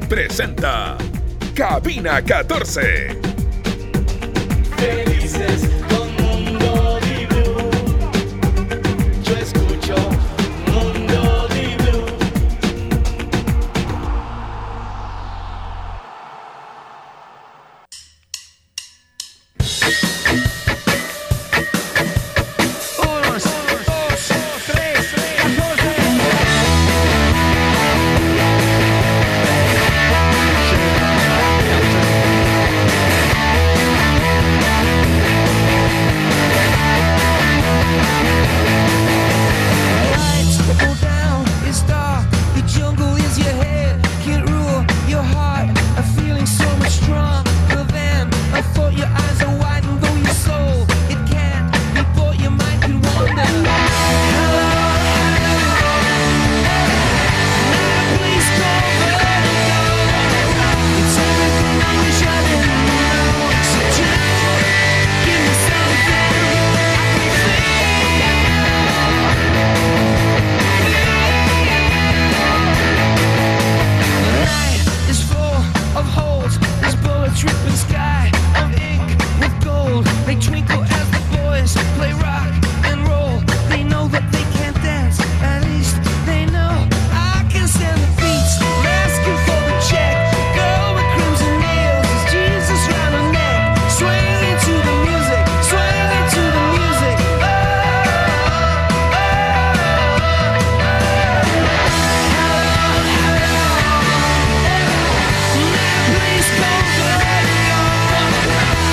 presenta Cabina 14. Felices con Mundo Di Blue. Yo escucho Mundo Di Blue. Lights go down, it's dark. The jungle is your head, can't rule your heart. A feeling so much stronger than I thought. Your eyes are wide and though your soul it can't be bought, your mind can wander. Hello, now please go vertigo. It's everything I wish I didn't know. So just give me something I can feel. night is full of holes. There's bullets ripping sky of ink with gold. They twinkle as the boys play rock and roll. They know that they can't dance. At least they know I can stand the beats. I'm asking for the check. Girl with crimson nails is Jesus round her neck. Swing into the music. Swing into the music. Oh, oh, oh. Please go vertigo.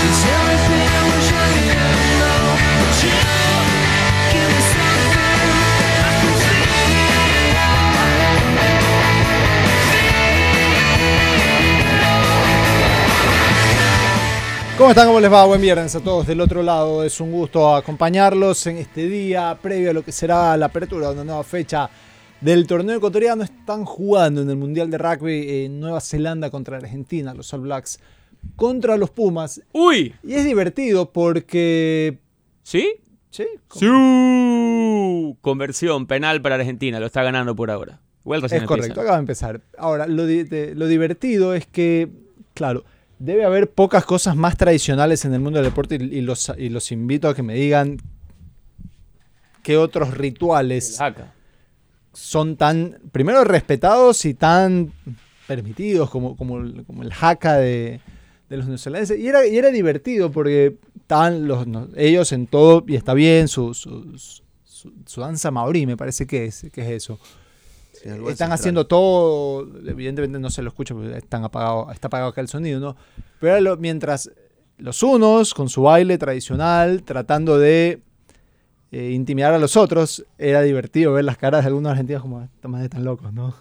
It's everything I wish I didn't know. But you give me something I can feel. ¿Cómo están? ¿Cómo les va? Buen viernes a todos del otro lado. Es un gusto acompañarlos en este día previo a lo que será la apertura de una nueva fecha del torneo ecuatoriano. Están jugando en el Mundial de Rugby en Nueva Zelanda contra Argentina, los All Blacks, contra los Pumas. ¡Uy! Y es divertido porque... ¿Sí? Sí, como- ¡Siu! Conversión penal para Argentina, lo está ganando por ahora. Igual recién es empieza. correcto, acaba de empezar. Ahora, lo, di- de- lo divertido es que, claro, debe haber pocas cosas más tradicionales en el mundo del deporte y, y los, y los invito a que me digan qué otros rituales Saca. son tan, primero, respetados y tan permitidos como, como, el- como el jaca de, de los neozelandeses. Y era, y era divertido porque estaban los, no- ellos en todo, y está bien, su, su, su- su danza maorí, me parece que es, que es eso. Están haciendo todo, evidentemente no se lo escucha porque están apagado, está apagado acá el sonido, ¿no? Pero era lo- mientras los unos, con su baile tradicional, tratando de eh, intimidar a los otros, era divertido ver las caras de algunos argentinos como, "Estos manes están locos, ¿no?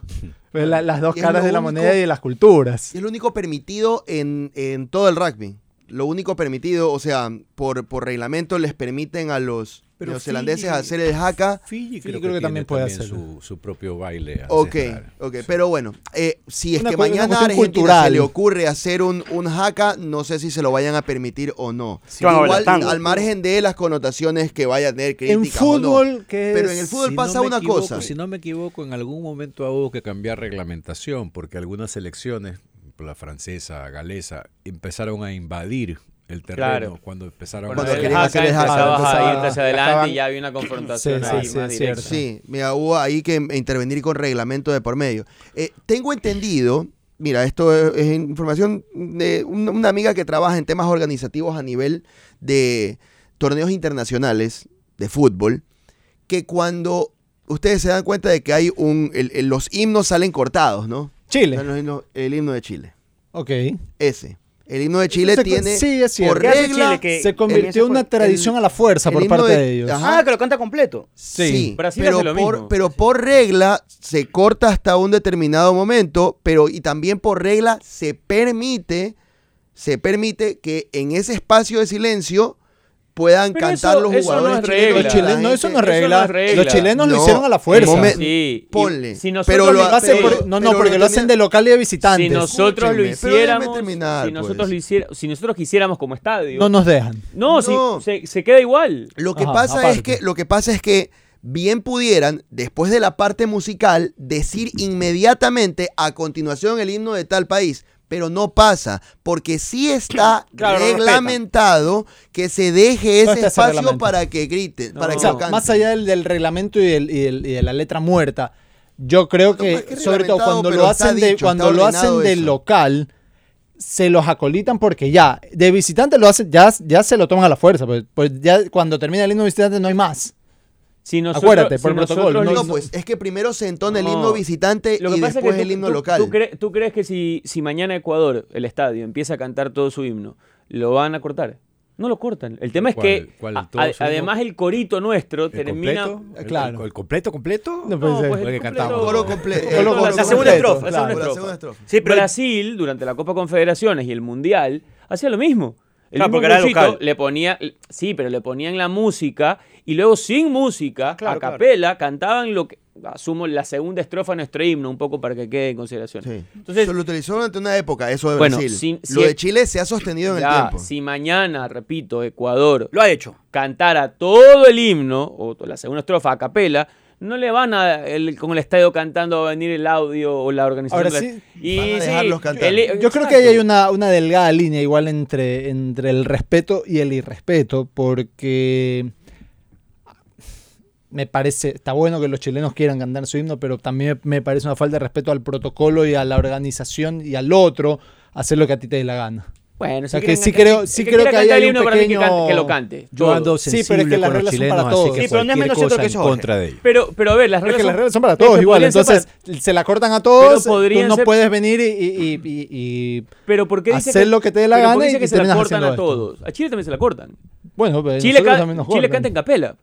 Ver la- las dos Y es caras lo de la único- moneda y de las culturas. Y es lo único permitido en, en todo el rugby. Lo único permitido, o sea, por, por reglamento les permiten a los Pero neozelandeses Fiji- hacer el haka. Fiji creo que también tiene puede hacerlo. su, su propio baile. Ok, ancestral. ok, pero bueno, eh, si es Una que cu- una mañana a cuestión Argentina cultural. se le ocurre hacer un, un haka, no sé si se lo vayan a permitir o no. Que van a bailar Igual, tango. al margen de las connotaciones que vaya a tener En críticas o no. fútbol, que Pero es- en el fútbol Si no pasa me una equivoco, cosa. Si no me equivoco, en algún momento hubo que cambiar reglamentación porque algunas selecciones, la francesa, galesa, empezaron a invadir el terreno Claro. cuando empezaron Bueno, Cuando a el querían Haka hacer el Haka, empezaba empezaba- a ir hacia adelante estaban- y ya había una confrontación Sí, ahí sí, sí, más es directa. cierto. Sí, mira, hubo ahí que intervenir con reglamento de por medio. Eh, tengo entendido, mira, esto es, es información de un- una amiga que trabaja en temas organizativos a nivel de torneos internacionales de fútbol, que cuando ustedes se dan cuenta de que hay un, el- el- los himnos salen cortados, ¿no? Salen Chile. los himnos- el himno de Chile, Ok. ese. El himno de Chile Se- tiene sí, es cierto. por ¿Qué hace regla Chile? Que Se convirtió en una el- tradición a la fuerza el por himno parte de- de, ellos. Ajá. Ah, que lo canta completo. Sí, Brasil pero, hace lo por, mismo. pero por regla se corta hasta un determinado momento, pero y también por regla se permite, se permite que en ese espacio de silencio puedan Pero cantar eso- los eso no jugadores es chilenos. Los regla. chilenos, no, eso no es Eso no es regla. regla. Los chilenos lo No, hicieron a la fuerza. un momento. Sí, y Ponle. Si nosotros, Pero Pero lo lo- hacen pero- por- no, no, pero porque lo lo hacen tenía- de local y de visitante. si nosotros lo Escúchenme, pero déjame hiciéramos, terminar, si nosotros pues. lo hiciéramos, si nosotros quisiéramos como estadio, No nos dejan. no, si- No. se, se queda igual. Lo que Ajá, pasa es aparte. que, lo que pasa es que bien pudieran, después de la parte musical, decir inmediatamente a continuación el himno de tal país. Pero no pasa, porque sí está Claro, lo reglamentado que se deje ese No está ese espacio reglamento. para que griten, para No. O que sea, lo canten. más allá del, del reglamento y, del- y del- y de la letra muerta, yo creo No, más que, que sobre todo reglamentado, cuando pero lo está hacen, de, dicho, cuando está lo hacen ordenado de eso. local, se los acolitan porque ya, de visitante lo hacen, ya, ya se lo toman a la fuerza, pues, pues ya cuando termina el himno de visitante no hay más. Si nosotros, Acuérdate, si por el nosotros protocolo, No, no- pues es que primero se entona el No. himno visitante Lo que y pasa es después que tú- el himno tú- local. Tú, cre- tú crees que si, si mañana Ecuador, el estadio, empieza a cantar todo su himno, lo van a cortar? No lo cortan. El tema es ¿Cuál- que, cuál, a- todo a- su himno? además, el corito nuestro ¿El termina... completo? ¿El- Claro. ¿El, el completo, completo? No, pues, eh, el que completo- cantamos. Coro completo. Coro La- la, completo, segunda claro. estrofa, la segunda La estrofa. segunda estrofa. Sí, pero Brasil, durante la Copa Confederaciones y el Mundial, hacía lo mismo. El Claro, mismo porque era crucito local. le ponía, sí, pero le ponían la música y luego sin música, Claro, a claro. capela, cantaban lo que, asumo, la segunda estrofa de nuestro himno, un poco para que quede en consideración. Sí. Entonces, se lo utilizó durante una época, eso de Bueno, Brasil. sin- si lo de es- Chile se ha sostenido en ya, el tiempo. si mañana, repito, Ecuador lo ha hecho. cantara todo el himno, o to- la segunda estrofa a capela, no le van a, el- con el estadio cantando va a venir el audio o la organización. Ahora de la- sí, y van a dejarlos cantar. Yo creo que ahí hay una, una delgada línea igual entre, entre el respeto y el irrespeto, porque me parece, está bueno que los chilenos quieran cantar su himno, pero también me parece una falta de respeto al protocolo y a la organización y al otro hacer lo que a ti te dé la gana. Bueno, O sea, si que quieren sí cantar- creo, el sí que creo quiera que ahí cantar el hay un himno para mí que pequeño... cante- que lo cante. Yo todo. ando Sí, pero sensible es que las con los reglas son chilenos, para así todos. que Sí, pero no es cualquier menos cierto cosa que en eso, Jorge. contra de ellos. Pero, pero a ver, las Pero reglas, es que son- las reglas son para pero todos igual, podrían ser entonces para- se la cortan a todos, Pero podrían tú no ser- puedes venir y, y- y- y- pero ¿por qué dice hacer lo que te dé la pero ¿por gana qué dice y que se la terminas cortan a haciendo esto? todos? A Chile también se la cortan. y- bueno, pero Chile, nosotros ca- también nos Chile cortan. canta en capela.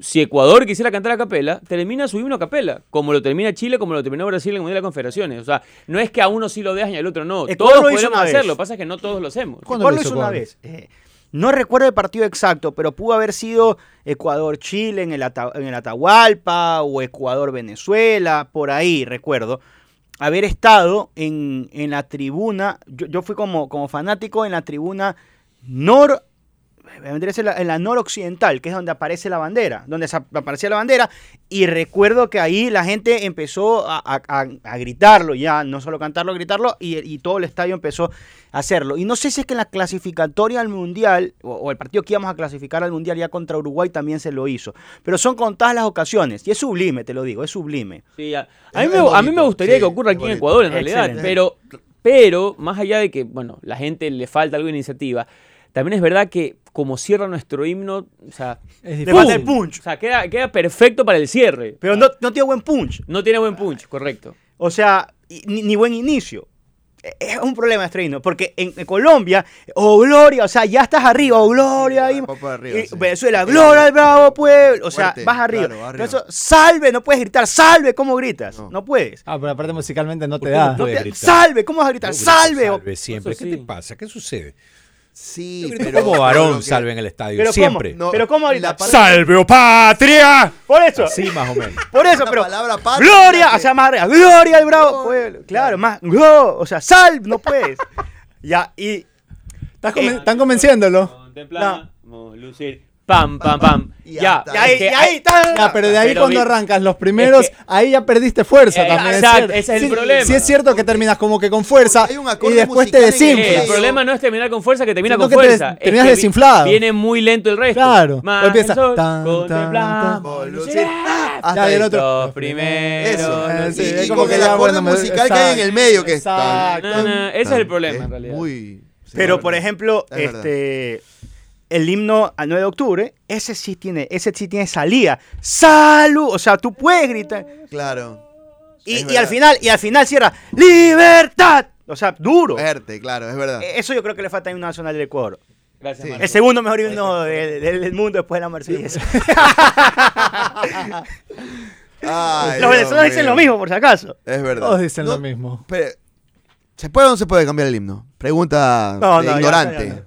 Si Ecuador quisiera cantar a capela, termina su himno a capela, como lo termina Chile, como lo terminó Brasil en el Mundial de las Confederaciones. O sea, no es que a uno sí lo dejan y al otro no. Ecuador todos lo hizo podemos una vez. hacerlo, pasa que no todos lo hacemos. ¿Cuándo Ecuador lo lo hizo hizo una Ecuador? vez. Eh, no recuerdo el partido exacto, pero pudo haber sido Ecuador-Chile en, el Ata- en el Atahualpa o Ecuador-Venezuela, por ahí recuerdo. Haber estado en, en la tribuna, yo, yo fui como, como fanático en la tribuna nor... vendría a ser la- En la noroccidental, que es donde aparece la bandera, donde sa- aparecía la bandera, y recuerdo que ahí la gente empezó a, a- a- a gritarlo, ya no solo cantarlo, gritarlo, y, y todo el estadio empezó a hacerlo. Y no sé si es que en la clasificatoria al Mundial, o, o el partido que íbamos a clasificar al Mundial ya contra Uruguay también se lo hizo. Pero son contadas las ocasiones, y es sublime, te lo digo, es sublime. Sí, a, a Es- mí me, es a mí me bonito, gustaría sí, que ocurra es aquí en bonito. Ecuador, en realidad, Excelente. pero, pero más allá de que, bueno, la gente le falta algo de iniciativa, también es verdad que como cierra nuestro himno, o sea, Es Le falta el difícil. punch, o sea, queda, queda perfecto para el cierre. pero no, no tiene buen punch, No tiene buen punch, correcto. o sea, y- ni, ni buen inicio. E- Es un problema estreino, porque en, en Colombia, oh gloria, o sea, ya estás arriba, oh gloria, ahí, va pa- pa' arriba, y sí. Venezuela, Sí, gloria sí. al bravo pueblo, o sea, Fuerte, vas arriba. claro, vas Pero arriba. eso, salve, no puedes gritar, salve, ¿cómo gritas? No. No, puedes. Ah, pero aparte musicalmente no ¿Por te qué no da. No puedes te- gritar? salve, ¿cómo vas a gritar? Yo grito salve. Salve siempre. Eso ¿Qué te sí. pasa? ¿Qué sucede? Sí, Yo grito pero como varón pero que- salve en el estadio. Pero siempre. ¿cómo? Pero ¿cómo gritas? la parte- ¡Salve, oh patria! Por eso, Sí, más o menos. por eso, la pero palabra patria, gloria, que- o sea, más arriba, gloria al bravo Gloria. pueblo. Claro, más, glo- o sea, salve, no puedes. ya, y Estás Eh, conven- están convenciéndolo. lucir, pam, pam, pam. Y Ya, hasta y ahí, es que y ahí, tan- Ya, pero de ahí Pero cuando vi- arrancas los primeros, es que- ahí ya perdiste fuerza Eh, también. exacto, cierto. ese es el Sí, problema. Sí es cierto que terminas como que con fuerza Hay un y acorde después te musical en el El medio. desinflas. problema no es terminar con fuerza, que termina Sino con que te- fuerza. Es terminas que vi- desinflado. Viene muy lento el resto. Claro. Más Empieza, sol, tan, tan, contemplamos tan. lucir. Ah, hasta Ya, y el ahí. otro. Los primeros. Eso. Eh, los sí, Y- es y como con que el ya, acorde bueno, me- musical que hay en el medio, que es tan- exacto. No, no, ese es el problema, Es en realidad. muy- sí, Pero la por verdad. ejemplo, Es verdad. este el himno al 9 de octubre, ese sí tiene, ese sí tiene salida. ¡Salud! O sea, tú puedes gritar. Claro. Es Y, y al verdad. final, y al final cierra ¡Libertad! O sea, duro. Verte, claro, es verdad. Eh, Eso yo creo que le falta a himno nacional del Ecuador. Gracias, Sí. Marco. El segundo mejor himno del, del- del mundo después de la Mercedes. Ay, Los Dios venezolanos dicen mío. lo mismo, por si acaso. Es verdad. Todos dicen No, lo mismo. pero, ¿Se puede o no se puede cambiar el himno? Pregunta No, de no, ya, ignorante. ya, ya.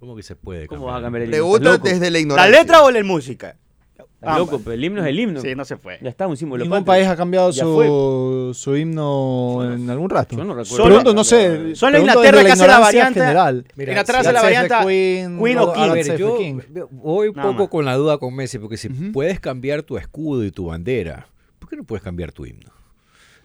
¿Cómo que se puede? ¿Cómo cambiar? vas a cambiar el Pregunta himno? desde la ¿La ignorancia. letra o la música? Ah, loco, pero el himno es el himno. Sí, no se fue. Ya está, un símbolo. Ningún patrio. país ha cambiado Ya fue. su, su himno en algún rato. Yo no recuerdo. Solo- Pregunto, no sé. Solo pregunto Inglaterra desde que hace la ignorancia variante- General. Mira, en atrás si de la God Save the variante Queen, Queen God o King. A Save ver, the yo King. ve- voy un Nada poco más. con la duda con Messi, porque si puedes cambiar tu escudo y tu bandera, ¿por qué no puedes cambiar tu himno?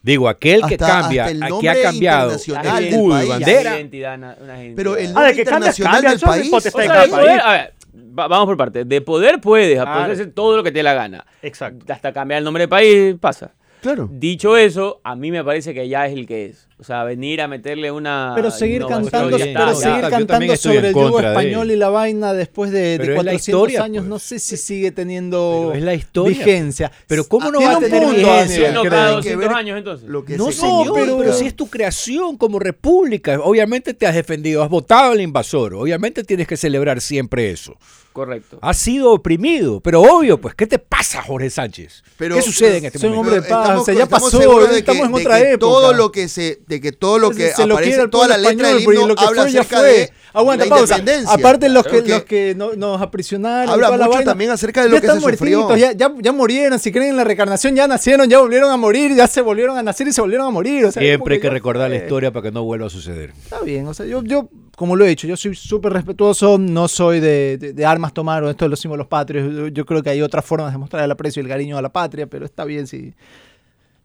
Digo, aquel que Hasta- cambia, hasta el a- que nombre ha cambiado internacional del escudo y país. bandera, Identidad, na- una identidad. Pero el Ah, nombre de que cambia, internacional cambia, del eso es país. O potestad sea, de de cada país. poder, a ver, va- vamos por parte. De poder puedes, a Claro. poder hacer todo lo que te dé la gana. Exacto. Hasta cambiar el nombre del país, pasa. Claro. Dicho eso, a mí me parece que ya es el que es. O sea, venir a meterle una. Pero seguir Ah, innovación cantando, ya bien, pero está. está. seguir Yo también cantando estoy en sobre el yugo contra de español ello. y la vaina después de, de Pero es la 400 historia, años, pues. no sé si sigue teniendo Pero es la historia, vigencia. Ah, Pero ¿cómo no Tiene va a un tener punto, vigencia? Daniel, Uno creo. cada Hay que 200 ver años, entonces. Lo que No, se señor, comunica. pero, si es tu creación como república, obviamente te has defendido, has votado al invasor, obviamente tienes que celebrar siempre eso. Correcto. Has sido oprimido, pero obvio, pues, ¿qué te pasa, Jorge Sánchez? Pero- ¿Qué sucede en este Soy un momento? hombre de paz, o sea, ya pasó, seguros ya estamos en de otra época. Todo lo que se, de que todo lo que se lo aparece, quiere al toda la pueblo letra español, del porque himno lo que habla fue ya acerca fue. de Aguanta, la pausa. independencia. Aparte los que, Creo los que no- nos aprisionaron. y Habla toda la mucho vaina, también acerca de lo ya que están se sufrió. muertitos, Ya, ya, ya murieron, si creen en la reencarnación, ya nacieron, ya volvieron a morir, ya se volvieron a nacer y se volvieron a morir. o sea, como Siempre hay que ya Eh, recordar la fue. historia para que no vuelva a suceder. Está bien, o sea, yo, yo como lo he dicho, yo soy súper respetuoso, no soy de, de- de armas tomar o esto de los símbolos patrios. Yo, yo creo que hay otras formas de mostrar el aprecio y el cariño a la patria, pero está bien si.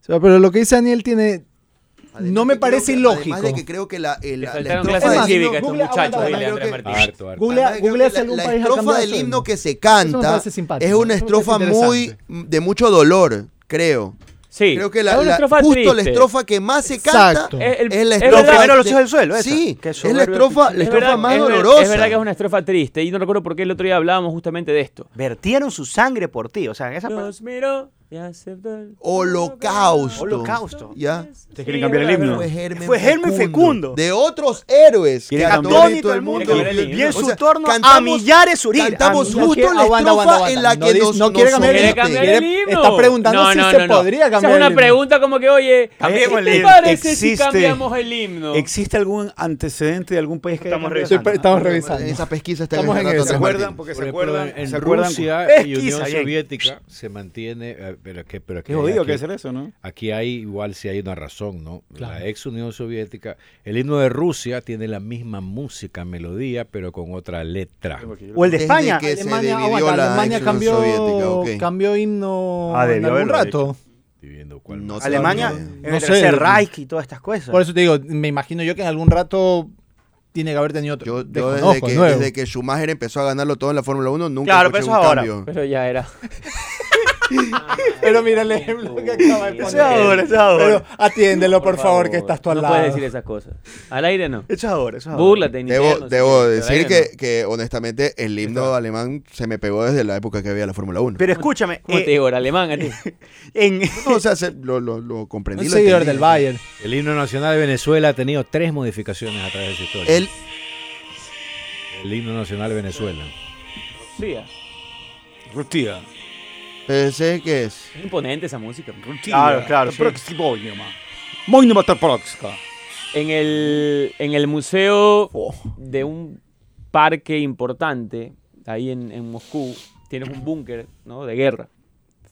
o sea, pero lo que dice Daniel tiene. Además no me que parece creo que- ilógico. Además de que creo que la, el- la, Le la faltaron estrofa clases del de himno- cívica a estos Google, muchachos aguanta, ahí, aguanta, Leandro creo que- Martínez. Harto, harto. Googlea, Además, creo googlea que si la- algún la país ha estrofa cambiado del su himno himno. que se Eso me canta parece simpático, es eso me una parece estrofa muy de mucho dolor, creo. Sí. Creo que la, Es una la- estrofa justo la triste. estrofa que más se canta Exacto. Es el- es la es estrofa. verdad. Primero los de- hijos del suelo, esa. Sí, Qué es la soberbio estrofa, pichín. la Es estrofa verdad, más es ver- dolorosa. Es verdad que es una estrofa triste y no recuerdo por qué el otro día hablábamos justamente de esto. Vertieron su sangre por ti. O sea, en esa parte- Nos miró y aceptó el- Holocausto. Holocausto. ¿Ya? Sí, es verdad, es Fue verdad. germen, Fue germen fecundo. De otros héroes que Quieren a cambiar todo el- el mundo. Quieren cambiar el himno. Y en su O sea, torno a cantamos- millares Uribe. cantamos A- No justo quiere- la aguanta, estrofa aguanta, en aguanta. la No que dice- nos no quiere nos cambiar el- ¿Quiere somete. cambiar Quiere- el himno? está preguntando si se podría Esa cambiar es el una himno. pregunta como que, oye, Cambiemos el ¿qué te himno. parece si Existe- cambiamos el himno? ¿Existe algún antecedente de algún país que haya Estamos cambiado? Estoy- estamos En revisando. esa pesquisa está Estamos en Fernando eso. ¿Se San acuerdan? Martín. Porque Por se ejemplo, acuerdan. en, en ¿Se acuerdan? Rusia y Pesquisa, Unión bien. Soviética se mantiene. eh, pero que, pero Qué que- jodido aquí- que hacer eso, ¿no? Aquí hay igual si hay una razón, ¿no? Claro. La ex Unión Soviética, el himno de Rusia tiene la misma música, melodía, pero con otra letra. O el de Desde España. que se Ah, Alemania, dividió aguanta, la Alemania ex cambió, soviética, ok. cambió himno Ah, en debió algún haberlo rato. Estoy viendo cuál No más. sé. Alemania, No en sé. el tercer Reich y todas estas cosas. Por eso te digo, me imagino yo que en algún rato tiene que haber tenido otro. Yo, yo Desconozco, desde, que, de nuevo. desde que Schumacher empezó a ganarlo todo en la Fórmula 1, nunca Claro, escuché pero un eso ahora. cambio. Pero ya era. Pero mira el ejemplo que acaba de Eso es ahora, poner. eso es ahora. Pero atiéndelo, por, favor, que estás tú al no lado. puedes decir esas cosas. Al aire no. Eso es ahora, eso es ahora. Burla técnica. Debo, no sé, debo pero al decir aire que, no. que, honestamente el himno alemán se me pegó desde la época que había la Fórmula 1. Pero escúchame, ¿Cómo eh, te digo? El alemán a ti. en, No, o sea, se- lo, lo- lo comprendí. Un lo seguidor entendí. del Bayern. El himno nacional de Venezuela ha tenido tres modificaciones a través de su historia. El, El himno nacional de Venezuela. Sí, ah. Rutia. ese que es. es imponente esa música. Claro, claro. sí. Próximo idioma. Moinoma ta próxima. En el, en el museo Oh. de un parque importante, ahí en, en Moscú, tienes un búnker ¿no? de guerra.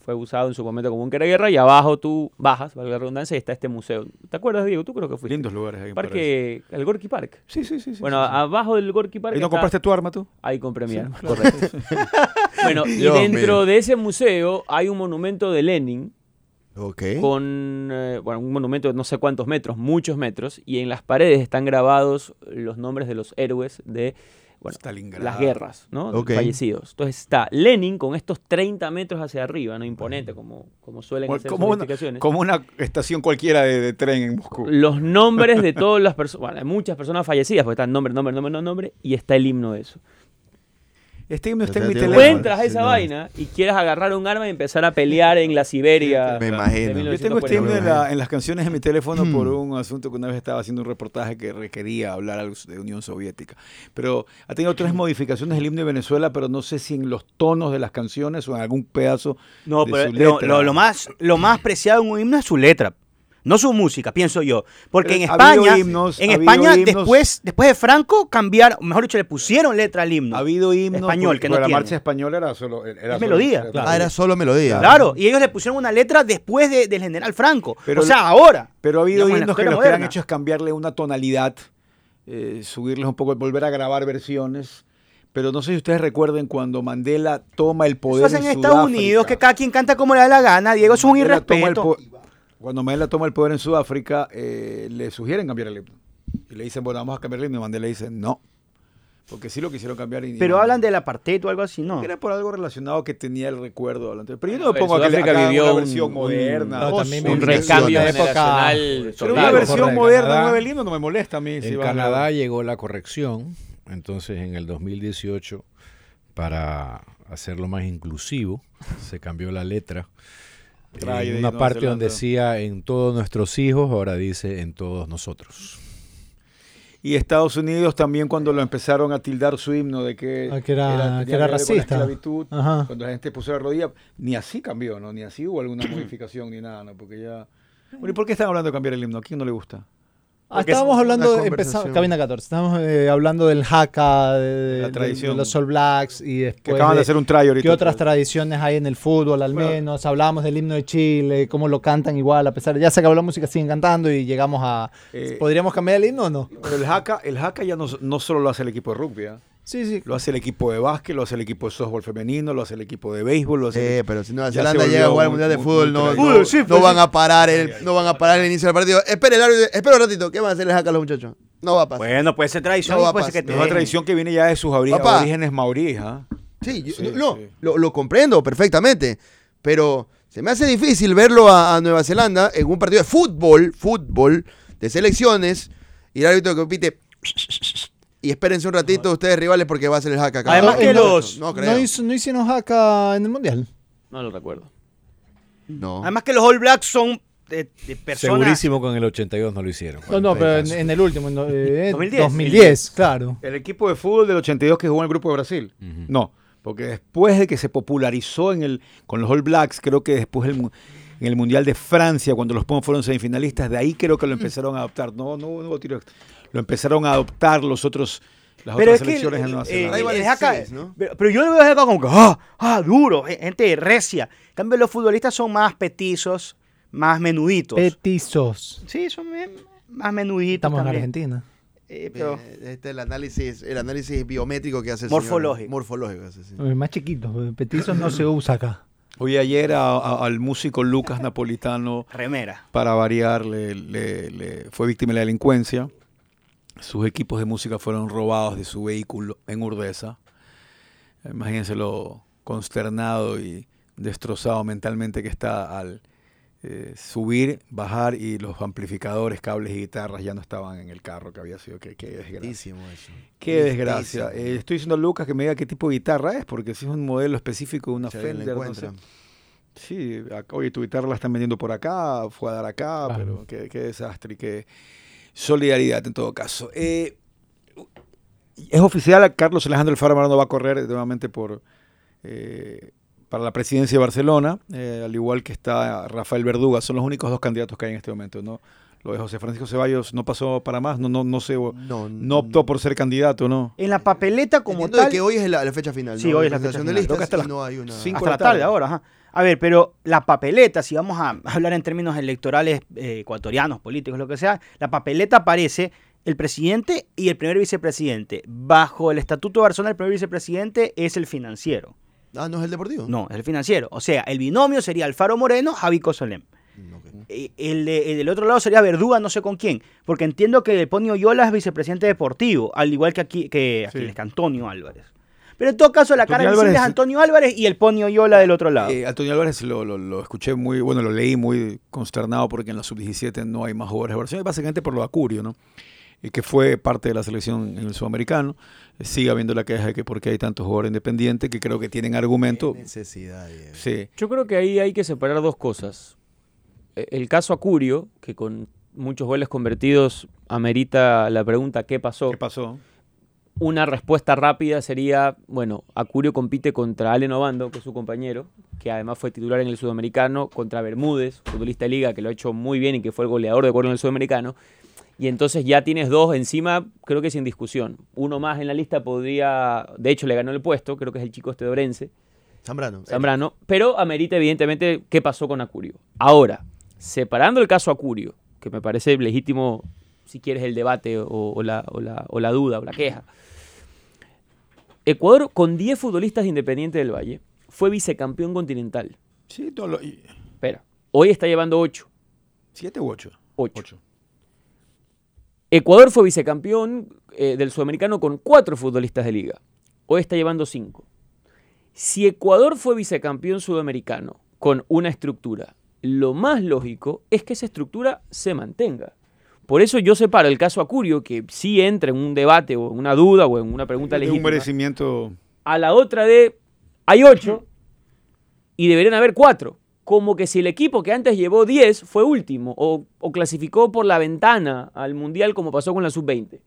Fue usado en su momento como búnker de guerra y abajo tú bajas, valga la redundancia, y está este museo. ¿Te acuerdas, Diego? Tú creo que fuiste. Lindos lugares ahí. en París. Parque, el Gorky Park. Sí, sí, sí. sí, Bueno, sí, sí. abajo del Gorky Park. ¿Y no está- compraste tu arma tú? Ahí compré mi arma, correcto. bueno, y Dios dentro mío. de ese museo hay un monumento de Lenin Ok. con, eh, bueno, un monumento de no sé cuántos metros, muchos metros, y en las paredes están grabados los nombres de los héroes de, bueno, Stalingrado. las guerras, ¿no? Ok. Fallecidos. Entonces está Lenin con estos 30 metros hacia arriba, ¿no? Imponente, como, como suelen Como- hacer Como sus una, edificaciones. como una estación cualquiera de, de tren en Moscú. Los nombres de todas las personas, bueno, hay muchas personas fallecidas, porque están nombre, nombre, nombre, nombre, nombre, y está el himno de eso. Este himno está en Yo mi te digo, Tú Claro, teléfono. entras a sí, esa no. vaina y quieras agarrar un arma y empezar a pelear en la Siberia. Me de imagino. Yo tengo este 1940. himno en, la- en las canciones de mi teléfono Hmm. por un asunto que una vez estaba haciendo un reportaje que requería hablar algo de Unión Soviética. Pero ha tenido tres modificaciones el himno de Venezuela, pero no sé si en los tonos de las canciones o en algún pedazo no, de pero su lo, letra. lo- lo más, lo más preciado en un himno es su letra. No su música, pienso yo. Porque en Pero ha habido España, himnos, en ha habido España himnos. después, después de Franco, cambiaron, mejor dicho, le pusieron letra al himno. Ha habido himnos Español, porque- que no porque la tiene. marcha española era solo era Es solo- melodía. era- Ah, era solo melodía. Claro, y ellos le pusieron una letra después de- del general Franco. Pero- o sea, ahora. Pero ha habido digamos, en la himnos que escuela lo que han moderna. hecho es cambiarle una tonalidad, eh, subirles un poco, volver a grabar versiones. Pero no sé si ustedes recuerden cuando Mandela toma el Eso poder hacen en en Estados Sudáfrica. Unidos, que cada quien canta como le da la gana. Diego, eso es un Mandela toma el irrespeto. po- Cuando Mandela toma el poder en Sudáfrica, eh, le sugieren cambiar el himno. Y le dicen, bueno, vamos a cambiar el himno. Y Mandela dice, no. Porque sí lo quisieron cambiar. y- Pero y- hablan del apartheid o algo así, ¿no? Era por algo relacionado que tenía el recuerdo. de lo anterior. Pero yo no A me ver, pongo a que le Sudáfrica hagan vivió una un- versión un- moderna. No, Oh, también sí, un vivió sí, recambio una época- generacional Pero total. una versión Correcto. moderna, Canadá. nueva del himno, no me molesta a mí. si en van a- Canadá llegó la corrección, entonces en el 2018, para hacerlo más inclusivo, se cambió la letra. Trae de en una Nueva parte donde Zelanda. decía en todos nuestros hijos, ahora dice en todos nosotros. Y Estados Unidos también cuando lo empezaron a tildar su himno de que, Ah, que era- tenía que era que ver con la racista. esclavitud, Ajá. cuando la gente puso la rodilla, ni así cambió, ¿no? Ni así hubo alguna modificación ni nada, ¿no? Porque ya... Bueno, ¿y por qué están hablando de cambiar el himno? ¿A quién no le gusta? Ah, estábamos hablando, una empezamos, conversación. cabina 14, estábamos eh, hablando del haka, de, de- La de- tradición. de los All Blacks y después Que acaban de, hacer un try ahorita. qué otras tradiciones hay en el fútbol al Bueno. menos. Hablamos del himno de Chile, cómo lo cantan igual, a pesar de ya se acabó la música, siguen cantando y llegamos a... Eh, ¿Podríamos cambiar el himno o no? Pero el jaca, el jaca ya no, no solo lo hace el equipo de rugby, ¿ah? Sí, sí. lo hace el equipo de básquet, lo hace el equipo de softball femenino, lo hace el equipo de béisbol, lo hace el Sí, Eh, pero si Nueva Ya se Zelanda volvió llega a jugar el muy- Mundial de muy- Fútbol, muy no, tradicional. no- no van a parar el, no van a parar el inicio del partido. Espera el árbitro, espera un ratito, ¿qué van a hacerles acá a los muchachos? No va a pasar. Bueno, puede ser tradición No va y a puede ser que pasar. te Es una dejen. tradición que viene ya de sus abri- Papá. orígenes maoríes. ¿ah? Sí, yo- Sí, no, sí. Lo, lo comprendo perfectamente, pero se me hace difícil verlo a, a Nueva Zelanda en un partido de fútbol, fútbol, de selecciones, y el árbitro que pite y espérense un ratito ustedes rivales porque va a ser el hack acá. Además No, que no, los- No, creo. No, hizo- no hicieron haka en el Mundial. No lo recuerdo. No. Además que los All Blacks son eh, de personas. Segurísimo con el 82 no lo hicieron. No, no, Bueno, pero ahí en, está. en el último, en, eh, 2010. 2010, claro. El equipo de fútbol del 82 que jugó en el grupo de Brasil. Ujú. No, porque después de que se popularizó en el, con los All Blacks, creo que después del mu- en el Mundial de Francia, cuando los Pons fueron semifinalistas, de ahí creo que Mm. lo empezaron a adoptar. No, no, no hubo tiro extra. Lo empezaron a adoptar los otros, las Pero otras es que selecciones en Nueva eh, Zelanda. Ahí eh, vale es acá, seis, ¿no? pero, pero yo lo veo acá como que, ah, ah, duro, eh, gente recia. En cambio, los futbolistas son más petizos, más menuditos. Petizos. sí, son eh, más menuditos Estamos en también. Argentina. Eh, pero- Eh, Este es el análisis, el análisis biométrico que hace el Morfológico. señor. Morfológico. hace, sí. Eh, Más chiquitos, eh, petizos no se usa acá. Oye, ayer a- a- al músico Lucas Napolitano remera. para variar, le, le- le- fue víctima de la delincuencia. Sus equipos de música fueron robados de su vehículo en Urdesa. Imagínense lo consternado y destrozado mentalmente que está al eh, subir, bajar y los amplificadores, cables y guitarras ya no estaban en el carro que había sido. Qué, qué desgracia. Tristísimo eso. Qué desgracia. Tristísimo. Eh, estoy diciendo a Lucas que me diga qué tipo de guitarra es, porque si es un modelo específico de una Si alguien la Fender, no sé. encuentra. Sí, acá- oye, tu guitarra la están vendiendo por acá, fue a dar acá, Claro. pero qué, qué desastre y qué solidaridad en todo caso. Eh, es oficial, Carlos Alejandro Alfaro Marano va a correr nuevamente por, eh, para la presidencia de Barcelona, eh, al igual que está Rafael Verduga, son los únicos dos candidatos que hay en este momento, ¿no? Lo de José Francisco Ceballos no pasó para más, no, no, no, se, No, no Mm. optó por ser candidato, ¿no. En la papeleta como Entiendo de tal. que hoy es la, la fecha final. Sí, ¿no? hoy es la presentación fecha de final. Creo que hasta listas y las no hay una. cinco Hasta la tarde ahora, ajá. A ver, pero la papeleta, si vamos a hablar en términos electorales eh, ecuatorianos, políticos, lo que sea, la papeleta aparece el presidente y el primer vicepresidente. Bajo el Estatuto de Barcelona, el primer vicepresidente es el financiero. Ah, no es el deportivo. No, es el financiero. O sea, el binomio sería Alfaro Moreno, Javico Solem. Mm, Ok. Eh, El, de- el del otro lado sería Verduga, no sé con quién. Porque entiendo que Ponio Yola es vicepresidente deportivo, al igual que aquí, que Sí. Aquiles, que Antonio Álvarez. Pero en todo caso, la Antonio cara visible Álvarez- es Antonio Álvarez y el Ponio Yola del otro lado. Eh, Antonio Álvarez lo, lo- lo escuché muy, bueno, lo leí muy consternado porque en la sub-17 no hay más jugadores de Barcelona, y básicamente por lo de Acurio, ¿no? Y que fue parte de la selección en el sudamericano. Eh, Sigue habiendo la queja de que porque hay tantos jugadores independientes que creo que tienen argumento. Necesidad. eh. Diego. Sí. Yo creo que ahí hay que separar dos cosas. E- El caso Acurio, que con muchos goles convertidos amerita la pregunta ¿qué pasó? ¿Qué pasó? una respuesta rápida sería, bueno, Acurio compite contra Allen Obando, que es su compañero, que además fue titular en el Sudamericano, contra Bermúdez, futbolista de liga que lo ha hecho muy bien y que fue el goleador de acuerdo en el Sudamericano. Y entonces ya tienes dos encima, creo que sin discusión. Uno más en la lista podría, de hecho le ganó el puesto, creo que es el chico este de Orense, Zambrano. Zambrano, pero amerita evidentemente qué pasó con Acurio. Ahora, separando el caso Acurio, que me parece legítimo si quieres el debate o, o la, o la- o la duda o la queja, Ecuador con 10 futbolistas de Independiente del Valle fue vicecampeón continental. Sí, no, lo- y- Espera, hoy está llevando 8. siete u ocho. 8. Ocho. Ecuador fue vicecampeón eh, del Sudamericano con cuatro futbolistas de liga. Hoy está llevando cinco. Si Ecuador fue vicecampeón sudamericano con una estructura, lo más lógico es que esa estructura se mantenga. Por eso yo separo el caso Acurio, que sí entra en un debate o en una duda o en una pregunta Es un legítima, merecimiento. a la otra de hay ocho y deberían haber cuatro. Como que si el equipo que antes llevó 10 fue último o, o clasificó por la ventana al Mundial como pasó con la sub-20.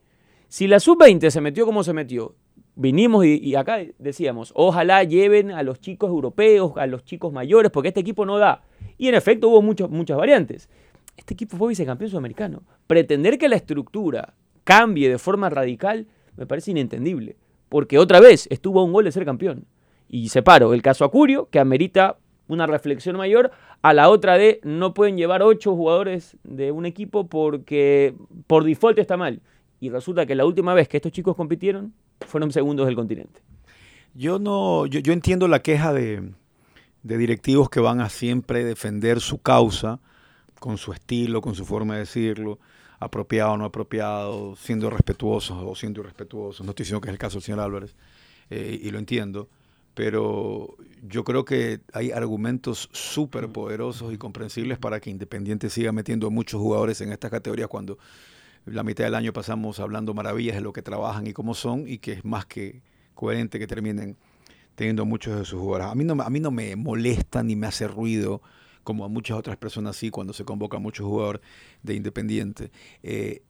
Si la sub-20 se metió como se metió, vinimos y, y acá decíamos, ojalá lleven a los chicos europeos, a los chicos mayores, porque este equipo no da. Y en efecto hubo muchas muchas variantes. Este equipo fue vicecampeón sudamericano. Pretender que la estructura cambie de forma radical me parece inentendible, porque otra vez estuvo a un gol de ser campeón. Y separo el caso Acurio, que amerita una reflexión mayor, a la otra de no pueden llevar ocho jugadores de un equipo porque por default está mal. Y resulta que la última vez que estos chicos compitieron fueron segundos del continente. Yo no, yo, yo entiendo la queja de, de directivos que van a siempre defender su causa con su estilo, con su forma de decirlo, apropiado o no apropiado, siendo respetuosos o siendo irrespetuosos. No estoy diciendo que es el caso del señor Álvarez, eh, y lo entiendo, pero yo creo que hay argumentos súper poderosos y comprensibles para que Independiente siga metiendo a muchos jugadores en estas categorías cuando la mitad del año pasamos hablando maravillas de lo que trabajan y cómo son y que es más que coherente que terminen teniendo muchos de sus jugadores. A mí no, me- a mí no me molesta ni me hace ruido como a muchas otras personas sí cuando se convoca a muchos jugadores de Independiente. Eh,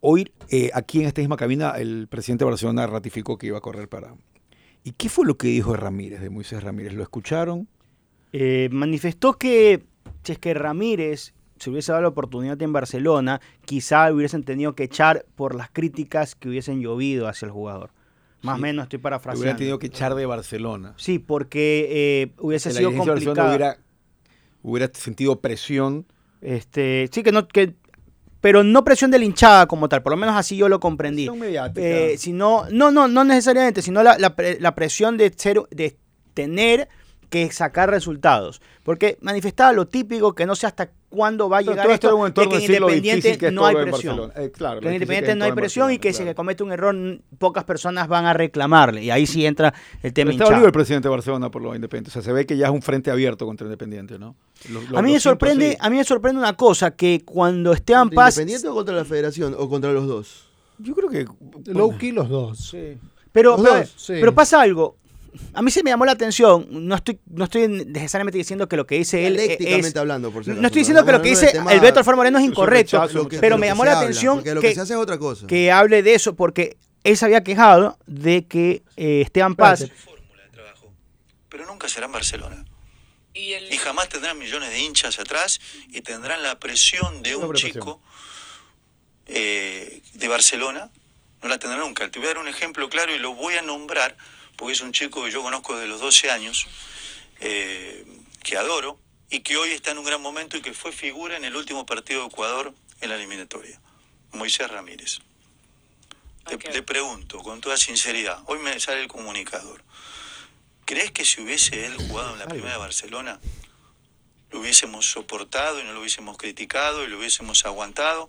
hoy eh, aquí en esta misma cabina el presidente de Barcelona ratificó que iba a correr para... ¿Y qué fue lo que dijo Ramírez, de Moisés Ramírez? ¿Lo escucharon? Eh, manifestó que si es que Ramírez se hubiese dado la oportunidad en Barcelona, quizá hubiesen tenido que echar por las críticas que hubiesen llovido hacia el jugador. Más o Sí. menos estoy Lo hubieran parafraseando. tenido que echar de Barcelona. Sí, porque eh, hubiese Que la sido dirigencia de Barcelona complicado. hubiera, hubiera sentido presión Este, sí que no que pero no presión de la hinchada como tal, por lo menos así yo lo comprendí. Presión mediática. Eh, sino, no, no, no necesariamente, sino la, la pre- la presión de, ser, de tener que sacar resultados. Porque manifestaba lo típico que no sé hasta cuándo va a Pero llegar todo esto, esto en un de entorno que en de decir lo Independiente difícil que es no todo hay en presión. Barcelona. Eh, claro, Que lo difícil que en Independiente es no todo hay en presión Barcelona, y que si claro. que comete un error n- pocas personas van a reclamarle. Y ahí sí entra el Pero tema Estaba hinchada. libre el presidente de Barcelona por los independientes. O sea, se ve que ya es un frente abierto contra Independiente, ¿no? Lo- lo- A mí, lo me siento sorprende, así. a mí me sorprende una cosa, que cuando Esteban ¿Contra Paz Eh, ¿Independiente o contra la federación? ¿O contra los dos? Yo creo que. Lowkey los dos. Pero, Los pero, dos, sí. pero pasa algo. A mí se me llamó la atención. No estoy, no estoy necesariamente diciendo que lo que dice él eh, Dialécticamente es. hablando, por si No acaso, estoy pero diciendo que lo no, que no, no, dice el tema- Alberto Alfaro Moreno es incorrecto, rechazo, Lo que- pero lo me que llamó se la habla, atención Porque lo que, que, se hace es otra cosa. que hable de eso, porque él se había quejado de que eh, Esteban Paz. Espérate. fórmula de trabajo, pero nunca serán Barcelona. Y, jamás tendrán millones de hinchas atrás y tendrán la presión de un Sobrepresión. chico eh, de Barcelona. No la tendrán nunca. Te voy a dar un ejemplo claro y lo voy a nombrar porque es un chico que yo conozco desde los 12 años, eh, que adoro y que hoy está en un gran momento y que fue figura en el último partido de Ecuador en la eliminatoria. Moisés Ramírez. Te, te pregunto con toda sinceridad, hoy me sale el comunicador. ¿Crees que si hubiese él jugado en la primera de Barcelona, lo hubiésemos soportado y no lo hubiésemos criticado y lo hubiésemos aguantado?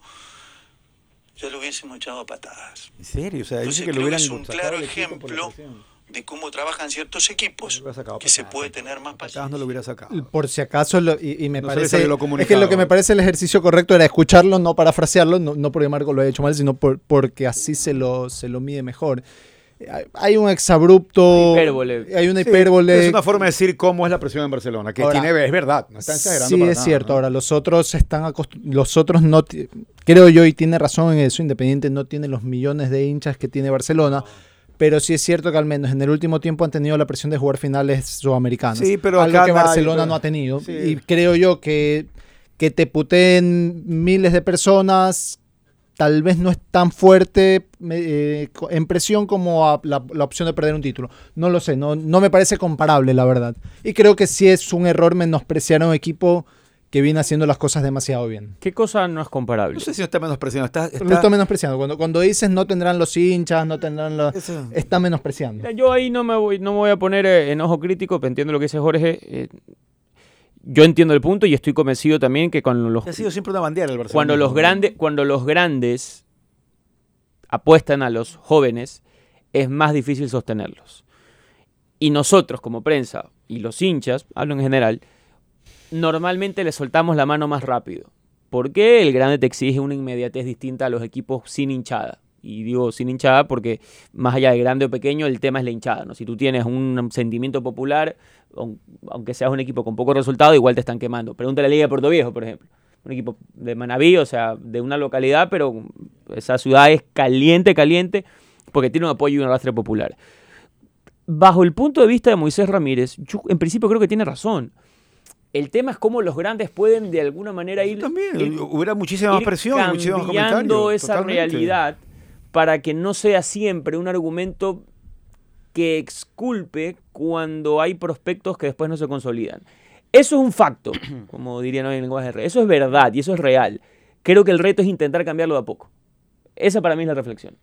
Ya lo hubiésemos echado a patadas. En serio, o sea, dice Entonces que creo lo que hubieran es un sacado claro del equipo por la ejemplo presión. de cómo trabajan ciertos equipos Lo hubiera sacado a que se patadas. puede tener más A patadas no paciencia. lo hubiera sacado. Por si acaso, lo- y, y me No se le parece. salió lo es que comunicado. lo que me parece el ejercicio correcto era escucharlo, no parafrasearlo, no, no porque Marco lo haya hecho mal, sino por- porque así se lo, se lo mide mejor. Eh, hay- Hay un exabrupto. Una hipérbole. Hay una Sí, hipérbole. Es una forma de decir cómo es la presión en Barcelona, que Ahora, tiene, es verdad, no están exagerando. Sí, para es nada, cierto. ¿no? Ahora, los otros están acost- los otros no ti- creo yo, y tiene razón en eso, Independiente no tiene los millones de hinchas que tiene Barcelona. pero sí es cierto que al menos en el último tiempo han tenido la presión de jugar finales sudamericanas. Sí, pero algo acá que nadie, Barcelona pero- no ha tenido. Sí. Y creo yo que que te puteen miles de personas tal vez no es tan fuerte me- eh, co- en presión como a la, la opción de perder un título. No lo sé, no, no me parece comparable, la verdad. Y creo que sí es un error menospreciar a un equipo que viene haciendo las cosas demasiado bien. ¿Qué cosa no es comparable? No sé si no está menospreciando. Está, está- Lo está menospreciando. Cuando, cuando dices no tendrán los hinchas, no tendrán los... Eso. Está menospreciando. Mira, Yo ahí no me voy, no me voy a poner eh, en ojo crítico, pero entiendo lo que dice Jorge. eh, yo entiendo el punto y estoy convencido también que cuando los, ha sido siempre una bandera el Barcelona. cuando los, grandes cuando los grandes apuestan a los jóvenes, es más difícil sostenerlos. Y nosotros como prensa y los hinchas, hablo en general, normalmente le soltamos la mano más rápido. Porque el grande te exige una inmediatez distinta a los equipos sin hinchada. Y digo sin hinchada porque más allá de grande o pequeño, el tema es la hinchada. ¿no? Si tú tienes un sentimiento popular, aun- aunque seas un equipo con poco resultado, igual te están quemando. Pregúntale a la Liga de Puerto Viejo, por ejemplo. Un equipo de Manaví, o sea, de una localidad, pero esa ciudad es caliente, caliente, porque tiene un apoyo y un arrastre popular. Bajo el punto de vista de Moisés Ramírez, yo en principio creo que tiene razón. El tema es cómo los grandes pueden de alguna manera ir, También ir- hubiera muchísima más ir presión, muchísimos cambiando comentarios. esa totalmente. realidad para que no sea siempre un argumento que exculpe cuando hay prospectos que después no se consolidan. Eso es un facto, como dirían hoy en lenguaje de redes. Eso es verdad y eso es real. Creo que el reto es intentar cambiarlo de a poco. Esa para mí es la reflexión.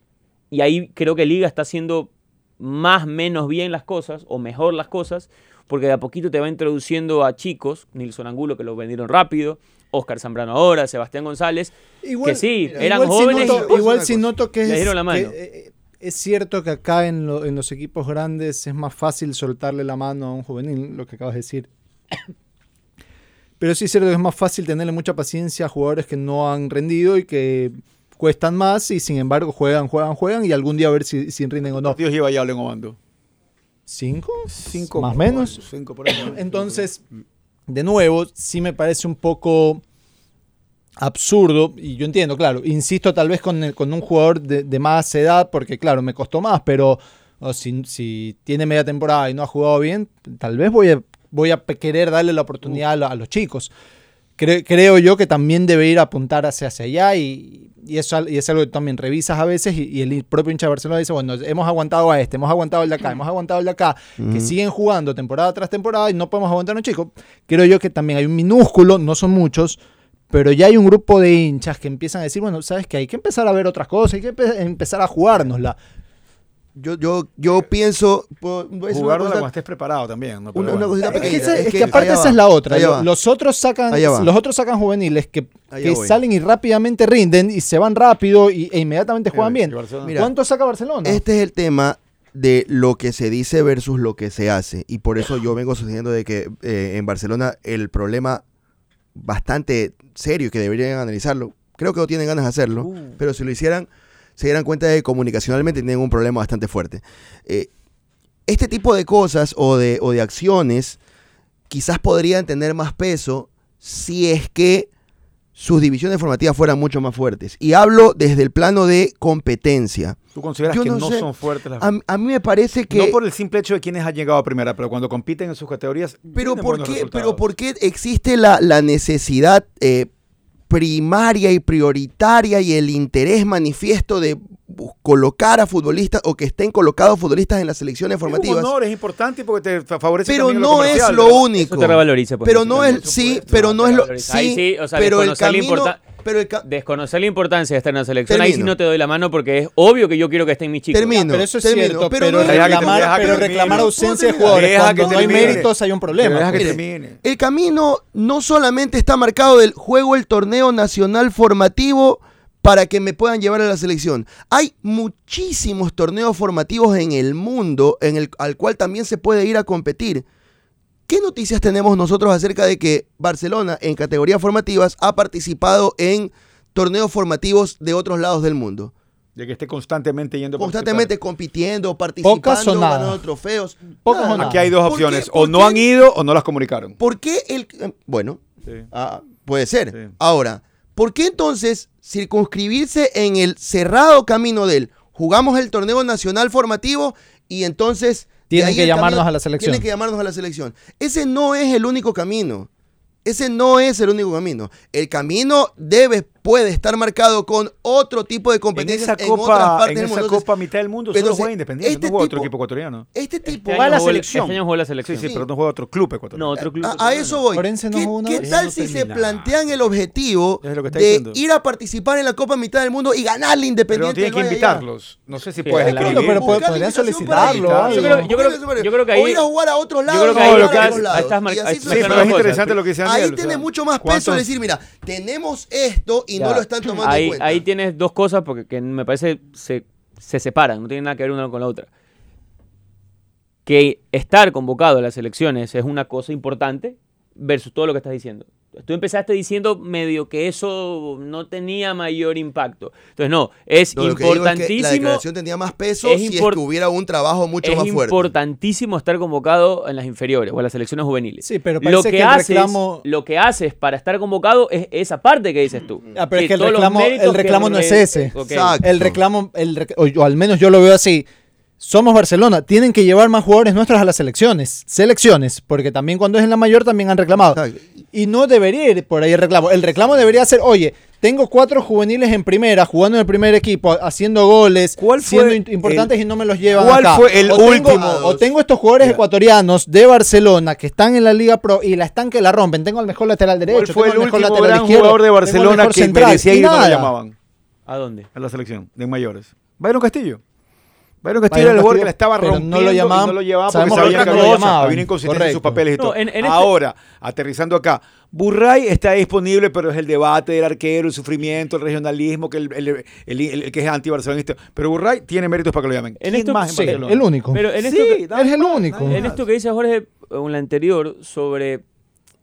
Y ahí creo que Liga está haciendo más menos bien las cosas o mejor las cosas, porque de a poquito te va introduciendo a chicos, Nilson Angulo que lo vendieron rápido, Oscar Zambrano ahora, Sebastián González, Igual, que sí, mira, eran igual sí jóvenes. noto- y- igual si noto que es, Le dieron la mano. que, eh, eh, es cierto que acá en, lo- en los equipos grandes es más fácil soltarle la mano a un juvenil, lo que acabas de decir. Pero sí es cierto que es más fácil tenerle mucha paciencia a jugadores que no han rendido y que cuestan más y sin embargo juegan, juegan, juegan y algún día a ver si, si rinden o no. Dios lleva ya en Obando. ¿Cinco? Cinco. Más o menos. Cinco por ahí. Entonces, de nuevo, sí me parece un poco absurdo, y yo entiendo, claro, insisto tal vez con, el- con un jugador de, de más edad, porque claro, me costó más, pero o si, si tiene media temporada y no ha jugado bien, tal vez voy a, voy a pe- querer darle la oportunidad a, lo- a los chicos. Cre- creo yo que también debe ir a apuntar hacia, hacia allá y, y eso, al- y es algo que también revisas a veces y, y el propio hincha de Barcelona dice, bueno, hemos aguantado a este, hemos aguantado al de acá, hemos aguantado al de acá, que siguen jugando temporada tras temporada y no podemos aguantar a un chico. Creo yo que también hay un minúsculo, no son muchos, pero ya hay un grupo de hinchas que empiezan a decir, bueno, sabes que hay que empezar a ver otras cosas, hay que empe- empezar a jugárnosla. Yo, yo, yo pienso. puedo- voy a decir una Jugarlo cosa- cuando estés preparado también. ¿no? Pero una- una bueno. eh, cosita Es que, pequeña. esa- es que que- aparte allá esa va, es la otra. allá Lo- va. Los otros sacan, Allá va. los otros sacan juveniles que, Allá que voy. salen y rápidamente rinden y se van rápido y, e inmediatamente juegan bien. Y Barcelona. Mira, ¿Cuánto saca Barcelona? Este es el tema de lo que se dice versus lo que se hace. Y por eso yo vengo sosteniendo de que eh, en Barcelona el problema bastante serio y que deberían analizarlo, creo que no tienen ganas de hacerlo, pero si lo hicieran, se dieran cuenta de que comunicacionalmente tienen un problema bastante fuerte. Eh, este tipo de cosas o de, o de acciones quizás podrían tener más peso si es que sus divisiones formativas fueran mucho más fuertes. Y hablo desde el plano de competencia. eh, Tú consideras yo que no no, sé. son fuertes las A, a mí me parece que... No por el simple hecho de quienes han llegado a primera, pero cuando compiten en sus categorías. pero, tienen ¿por buenos qué, resultados. pero ¿por qué existe la, la necesidad eh, primaria y prioritaria y el interés manifiesto de bu- colocar a futbolistas o que estén colocados futbolistas en las selecciones Es un formativas? honor, es importante porque te favorece Pero también en no es comercial, lo ¿verdad? único. Eso te revaloriza, pues, pero eso no también. es, sí, pero no es lo, revaloriza. Ahí sí, sí, o sea, pero el desconocer la camino, importan- pero el ca- Desconocer la importancia de estar en la selección, ahí sí Termino. no te doy la mano porque es obvio que yo quiero que estén mis chicos. Termino. pero eso es termino, cierto, pero no- pero, Deja que reclamar, termine, pero deja que reclamar termine. ausencia de Deja jugadores que cuando no hay termine. méritos hay un problema. Deja que Mire, termine. El camino no solamente está marcado del juego el torneo nacional formativo para que me puedan llevar a la selección. Hay muchísimos torneos formativos en el mundo en el, al cual también se puede ir a competir. ¿Qué noticias tenemos nosotros acerca de que Barcelona en categorías formativas ha participado en torneos formativos de otros lados del mundo? De que esté constantemente yendo a Constantemente compitiendo, participando, nada. ganando trofeos. Nada. Pocas o participar. nada. Aquí hay dos ¿Por qué- opciones. por o no qué- han ido o no las comunicaron. ¿Por qué el... eh, Bueno, Ah, puede ser. Sí. Ahora, ¿por qué entonces circunscribirse en el cerrado camino del Jugamos el torneo nacional formativo y entonces... de Tienen ahí que el llamarnos a la selección. Tienen que llamarnos a la selección. Ese no es el único camino. Ese no es el único camino. El camino debe, puede estar marcado con otro tipo de En competencias esa en otras copa, partes en del esa mundo. Entonces, copa mitad del mundo pero solo se- juega Independiente, este no juega otro tipo- equipo ecuatoriano. este tipo... va a año la jugó selección. Este año jugó la Sí, selección. sí, sí. pero no juega otro club ecuatoriano. No, otro club. A, a eso voy. Orense no ¿Qué, jugó una qué vez. tal No si se termina. plantean el objetivo Es lo que está de diciendo. ir a participar en la Copa Mitad del Mundo y ganarle Pero no Independiente? tiene del que Valle allá? invitarlos. No sé si Sí, puedes claro, escribir. pero puede- Buscar podrían invitación para solicitarlo, ir. algo. Yo creo- yo creo- Buscar invitación. yo creo que O ahí- ir a jugar a otro lado. creo que o ahí jugar a estás- otros lados. ahí estás mar- Y así ahí- Sí, pero Mezclan es las interesante cosas. lo que dice Daniel. Ahí o tiene sea, mucho más peso ¿cuántos- decir, mira, tenemos esto y no Ya. lo están tomando en ahí, cuenta. ahí tienes dos cosas porque que me parece se, se separan, no tienen nada que ver una con la otra. Que estar convocado a las elecciones es una cosa importante versus todo lo que estás diciendo. Tú empezaste diciendo medio que eso no tenía mayor impacto. Entonces, no, es No, lo que digo es que la importantísimo. declaración tendría más peso es si import- es que hubiera un trabajo mucho es más fuerte. importantísimo estar convocado en las inferiores o en las selecciones juveniles. Sí, pero lo parece que, que el haces, reclamo- lo que haces para estar convocado es esa parte que dices tú. Ah, pero es que el todos los reclamo- méritos el que reclamo no es re- ese. Ok. Mm. Exacto. El reclamo, el rec- o, yo- al menos yo lo veo así. Somos Barcelona, tienen que llevar más jugadores nuestros a las selecciones, selecciones, porque también cuando es en la mayor también han reclamado. Exacto. Y no debería ir por ahí el reclamo. El reclamo debería ser, oye, tengo cuatro juveniles en primera, jugando en el primer equipo, haciendo goles, ¿Cuál fue siendo in- importantes el- y no me los llevan cuál acá. fue el O tengo- último? o tengo estos jugadores Ya. ecuatorianos de Barcelona que están en la Liga Pro y la están que la rompen. Tengo al mejor lateral ¿Cuál derecho, fue tengo el al mejor último lateral gran izquierdo, jugador de tengo al Barcelona mejor que central, merecía y ir y no lo nada. llamaban? ¿A dónde? a la selección de mayores. Byron Castillo. Byron Castillo Byron era el jugador Castillo, que la estaba pero no lo rompiendo llamaban. y no lo llevaban Sabemos porque sabían que que no había, lo había llamaban. una inconsistencia en sus Correcto. papeles y todo. No, en- en este- Ahora, aterrizando acá, Burray está disponible, pero es el debate del arquero, el sufrimiento, el regionalismo, que el, el- el- el- el que es anti-barcelonista. Pero Burray tiene méritos para que lo llamen. En ¿Quién esto- más en Sí, Barcelona? el único. Pero en Sí, esto, que- dale Es el más, único. dale en más. esto que dice Jorge eh, en la anterior sobre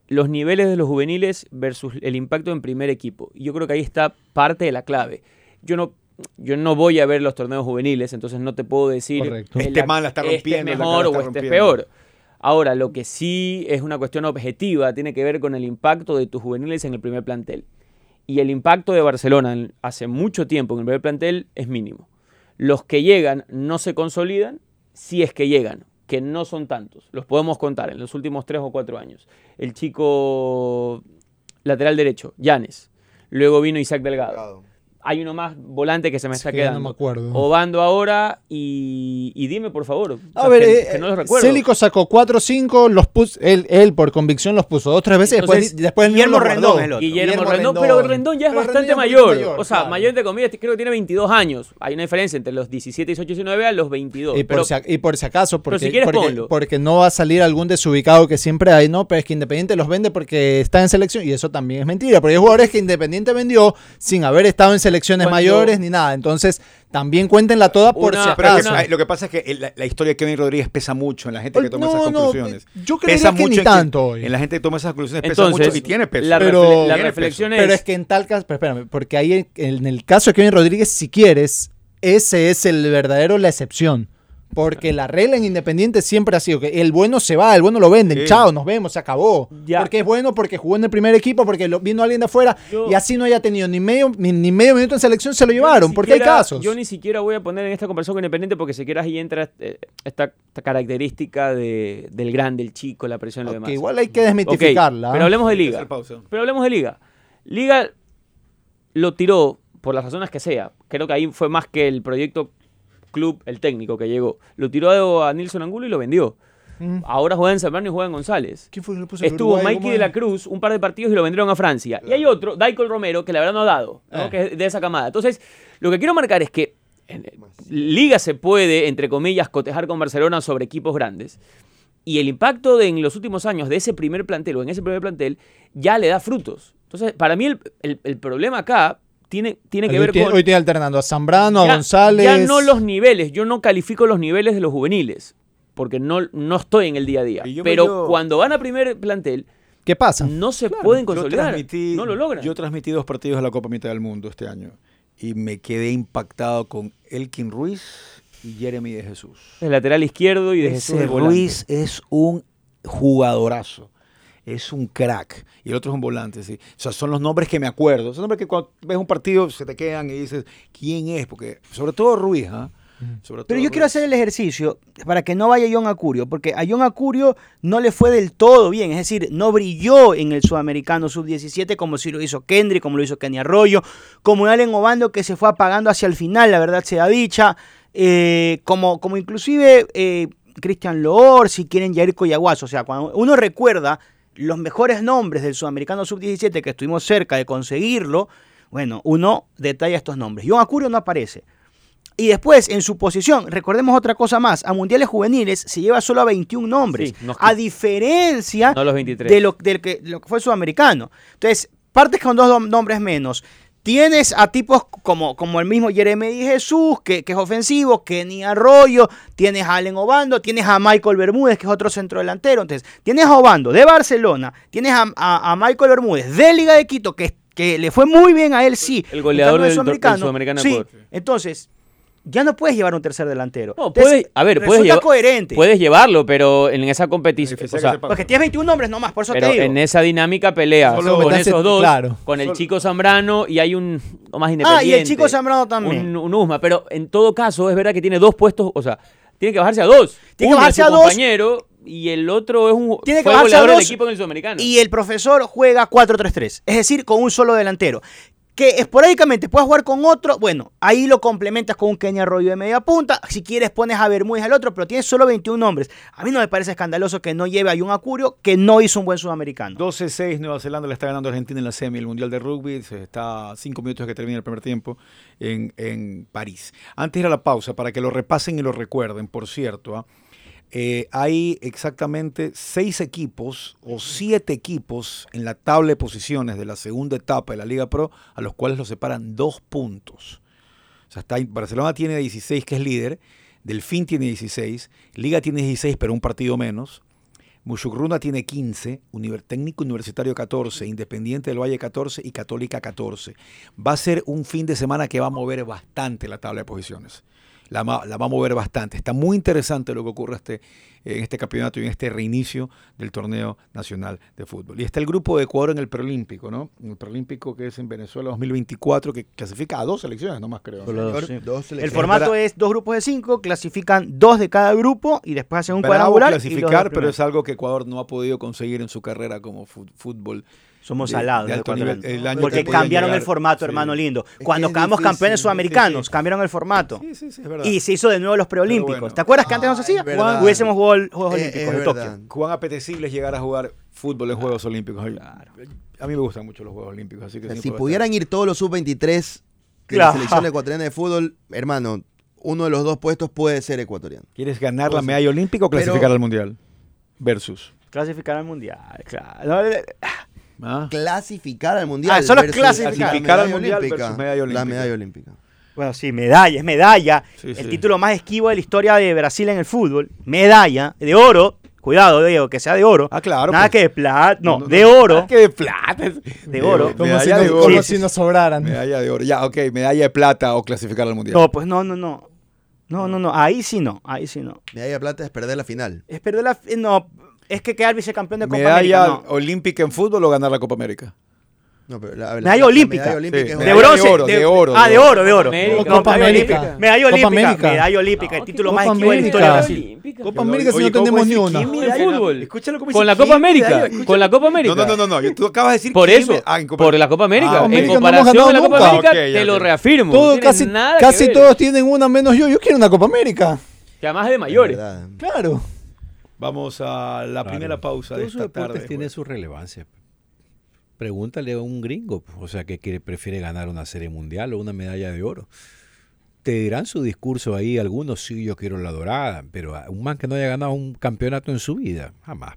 los niveles de los juveniles versus el impacto en primer equipo. Yo creo que ahí está parte de la clave. Yo no, yo no voy a ver los torneos juveniles, entonces no te puedo decir Correcto. el Este ac- man la está Este es rompiendo, el de acá la mejor está o este es rompiendo. peor. Ahora, lo que sí es una cuestión objetiva tiene que ver con el impacto de tus juveniles en el primer plantel. Y el impacto de Barcelona en- hace mucho tiempo en el primer plantel es mínimo. Los que llegan no se consolidan, si es que llegan, que no son tantos. Los podemos contar en los últimos tres o cuatro años. El chico lateral derecho, Llanes. Luego vino Isaac Delgado. Hay uno más volante que se me Sí, está que ya no quedando. me acuerdo. Obando ahora y, y dime, por favor. o A sea, ver, que, eh, que no los recuerdo. Célico sacó 4 5, los puso, él, él por convicción los puso dos tres veces, después- Entonces, después, el mismo Guillermo los guardó. Rendón es el otro. Guillermo, Guillermo Rendón, Rendón. pero Rendón ya es Pero bastante Rendón ya es un mayor. poquito mayor, O sea, claro. mayor de comillas, creo que tiene 22 años. Hay una diferencia entre los 17, 18, 19 a los 22. Y por, pero si, a- y por si acaso, porque, si quieres, porque, ponlo. porque no va a salir algún desubicado que siempre hay, no, pero es que Independiente los vende porque está en selección, y eso también es mentira, porque hay jugadores que Independiente vendió sin haber estado en selecciones Cuando- mayores ni nada, entonces también cuéntenla toda por Una- si Pero es que, acaso. Pasa. ay, lo que pasa es que el- la, la historia de Kevin Rodríguez pesa mucho en la gente que toma No, esas no, conclusiones. yo creería pesa que ni mucho en tanto hoy. En la gente que toma esas conclusiones pesa Entonces, mucho y tiene peso. la, Pero- refle- la Tiene reflexión es, Pero es que en tal caso, pero espérame, porque ahí en, en el caso de Kevin Rodríguez, si quieres, ese es el verdadero la excepción. Porque la regla en Independiente siempre ha sido que el bueno se va, el bueno lo venden, Sí. chao, nos vemos, se acabó. Ya. Porque es bueno, porque jugó en el primer equipo, porque lo, vino alguien de afuera Yo- y así no haya tenido ni medio, ni, ni medio minuto en selección, se yo lo ni llevaron, porque hay siquiera- casos. Yo ni siquiera voy a poner en esta conversación con Independiente porque si quieras ahí entra eh, esta, esta característica de- del grande, el chico, la presión y lo Ok, demás. igual hay que Ok, desmitificarla. ¿ah? pero hablemos de Hacer Liga. pausa. Pero hablemos de Liga. Liga lo tiró por las razones que sea. Creo que ahí fue más que el proyecto club, el técnico que llegó. Lo tiró a Nilson Angulo y lo vendió. Mm. Ahora juega en San Bernardo y juega en González. ¿Quién fue que le puso el Estuvo Uruguay, Mikey cómo de era? la Cruz un par de partidos y lo vendieron a Francia. Y hay otro, Daikol Romero, que la verdad no ha dado, ¿no? Eh. que es de esa camada. Entonces, lo que quiero marcar es que en- eh, Liga se puede, entre comillas, cotejar con Barcelona sobre equipos grandes. Y el impacto de, en los últimos años de ese primer plantel o en ese primer plantel ya le da frutos. Entonces, para mí el, el- el problema acá tiene, tiene que Hoy ver tiene- con... Hoy tiene alternando a Zambrano, Ya- a González. Ya no los niveles, yo no califico los niveles de los juveniles, porque no, no estoy en el día a día. Y yo me Pero llevo- cuando van a primer plantel, ¿Qué pasa? no se pueden Yo consolidar. transmití- no lo logran. Yo transmití dos partidos de la Copa Mitad del Mundo este año y me quedé impactado con Elkin Ruiz y Jeremy de Jesús. el lateral izquierdo y de Jesús Ese de volante. Ruiz es un jugadorazo. Es un crack. Y el otro es un volante, sí. O sea, son los nombres que me acuerdo. Son nombres que cuando ves un partido se te quedan y dices, ¿quién es? Porque, sobre todo Ruiz, ¿ah? sobre todo Pero yo los quiero hacer el ejercicio para que no vaya John Acurio, porque a John Acurio no le fue del todo bien, es decir, no brilló en el sudamericano sub-17 como si lo hizo Kendry, como lo hizo Kenny Arroyo, como Allen Obando que se fue apagando hacia el final, la verdad sea dicha, eh, como, como inclusive eh, Christian Loor, si quieren Jair Coyaguazo, o sea, cuando uno recuerda los mejores nombres del sudamericano sub-17 que estuvimos cerca de conseguirlo, bueno, uno detalla estos nombres. John Acurio no aparece. Y después, en su posición, recordemos otra cosa más, a mundiales juveniles se lleva solo a 21 nombres, Sí, no es que- a diferencia No los 23. de, lo, del que, lo que fue el sudamericano. Entonces, partes con dos nom- nombres menos. Tienes a tipos como, como el mismo Jeremy Di Jesús, que, que es ofensivo, Kenny Arroyo, tienes a Allen Obando, tienes a Michael Bermúdez, que es otro centrodelantero. Entonces, tienes a Obando de Barcelona, tienes a, a- a Michael Bermúdez de Liga de Quito, que, que le fue muy bien a él, sí. El goleador En del- cambio, el del Sudamericano de Sí, Ecuador. entonces, ya no puedes llevar un tercer delantero. No, Entonces, puedes- a ver, puedes resulta llevar- coherente. Puedes llevarlo, pero en esa competición. beneficios o que sea, se pagan. Porque tienes 21 nombres nomás, por eso pero te digo. en esa dinámica pelea Solo con meterse- esos dos, claro. con el chico Zambrano y hay un no, más Ah, independiente. y el chico Zambrano también. Un, un Usma, pero en todo caso es verdad que tiene dos puestos, o sea, tiene que bajarse a dos. Tiene que Uno es bajarse su a dos. compañero y el otro es un Tiene que fue bajarse a goleador del dos equipo en el sudamericano. Y el profesor juega 4-3-3, es decir, con un solo delantero. Que esporádicamente puedes jugar con otro, bueno, ahí lo complementas con un Kenny Arroyo de media punta. Si quieres, pones a Bermúdez al otro, pero tienes solo 21 nombres. A mí no me parece escandaloso que no lleve a un Acurio que no hizo un buen sudamericano. 12-6 Nueva Zelanda le está ganando a Argentina en la semi, el Mundial de Rugby. Se está a 5 minutos que termina el primer tiempo en, en París. Antes de ir a la pausa, para que lo repasen y lo recuerden, por cierto, ¿ah? Eh, hay exactamente 6 equipos o 7 equipos en la tabla de posiciones de la segunda etapa de la Liga Pro, a los cuales los separan 2 puntos. O sea, está, ahí- Barcelona tiene 16, que es líder. Delfín tiene 16. Liga tiene 16, pero un partido menos. Mushugruna tiene 15, Univer- Técnico Universitario 14, Independiente del Valle 14 y Católica 14. Va a ser un fin de semana que va a mover bastante la tabla de posiciones. La, ma- la va a mover bastante. Está muy interesante lo que ocurre este, en este campeonato y en este reinicio del torneo nacional de fútbol. Y está el grupo de Ecuador en el preolímpico, ¿no? En el preolímpico que es en Venezuela 2024, que clasifica a dos selecciones, nomás creo. ¿no? El formato es dos grupos de cinco, clasifican dos de cada grupo y después hacen un Bravo cuadrangular. y los dos clasificar, pero primeros. es algo que Ecuador no ha podido conseguir en su carrera como fu- fútbol. Somos de- alados. de alto nivel. El año que Porque podían cambiaron llegar, el formato, sí. hermano lindo. que Cuando es acabamos difícil, campeones sí, sudamericanos, sí. cambiaron el formato. Sí, sí, sí, es verdad. Y se hizo de nuevo los preolímpicos. Pero bueno. ¿Te acuerdas que antes no se Ah, hacía? es verdad. Hubiésemos jugado el- Juegos Eh, Es- Olímpicos es de Tokio. verdad. Cuán apetecible es llegar a jugar fútbol en Juegos Olímpicos. Ay, A mí me gustan mucho los Juegos Olímpicos, así que O sea, si siempre va a pudieran ir todos los sub-23 de la Claro. selección ecuatoriana de fútbol, hermano, uno de los dos puestos puede ser ecuatoriano. estar. ¿Quieres ganar la medalla olímpica o clasificar Pero- al mundial? Versus. Clasificar al mundial, claro. No, eh, ¿Ah? Clasificar al mundial. Ah, solo versus clasificar. la Clasificar al medalla mundial olímpica. versus medalla La olímpica. medalla olímpica. Bueno, sí, medalla, es medalla. Sí, el sí. título más esquivo de la historia de Brasil en el fútbol. Medalla de oro. Cuidado, Diego, que sea de oro. Ah, claro, Nada pues. que de plata. No, No, no, Ah, de oro. ¡Qué de plata! De oro. Como si, Medalla de no- oro. como si nos sobraran. Medalla de oro. Ya, ok, medalla de plata o clasificar al mundial. No, pues no, no, no. No, no, no. Ahí sí no. Ahí sí no. Medalla de plata es perder la final. Es perder la. eh, No, es que quedar vicecampeón de Copa medalla América. no. olímpica en fútbol o ganar la Copa América. No, pero la- la- Medalla la olímpica. medalla Sí, olímpica es De medalla una- bronce. de oro, de oro, Ah, de de oro, de oro. América. No, Copa medalla América. olímpica. Medalla Copa olímpica. América. Medalla olímpica. Ah, El título más Copa esquivo de la historia de América. Brasil. Copa América si no Oye, ¿cómo tenemos puede ni decir una. quién Mira, medalla? fútbol. Escúchalo cómo Con dice, la ¿quién Copa medalla? América. Escucha- Con la Copa América. No, no, no, no, yo- tú acabas de decir Por quién eso, me- ah, en Copa- por la Copa América. Ah, en América no hemos comparación ganado a la Copa nunca. América, Ah, ok, ya, te lo ok. reafirmo. Todo, no tiene casi nada que casi ver. todos tienen una menos yo. Yo quiero una Copa América. Que además es de es mayores. verdad. Claro. Vamos a la Claro. primera pausa de Todos sus esta deportes tarde. tienen pues. su relevancia. Pregúntale a un gringo, pues, o sea, que quiere- prefiere ganar una serie mundial o una medalla de oro. Te dirán su discurso ahí, algunos sí, yo quiero la dorada, pero a un man que no haya ganado un campeonato en su vida, jamás.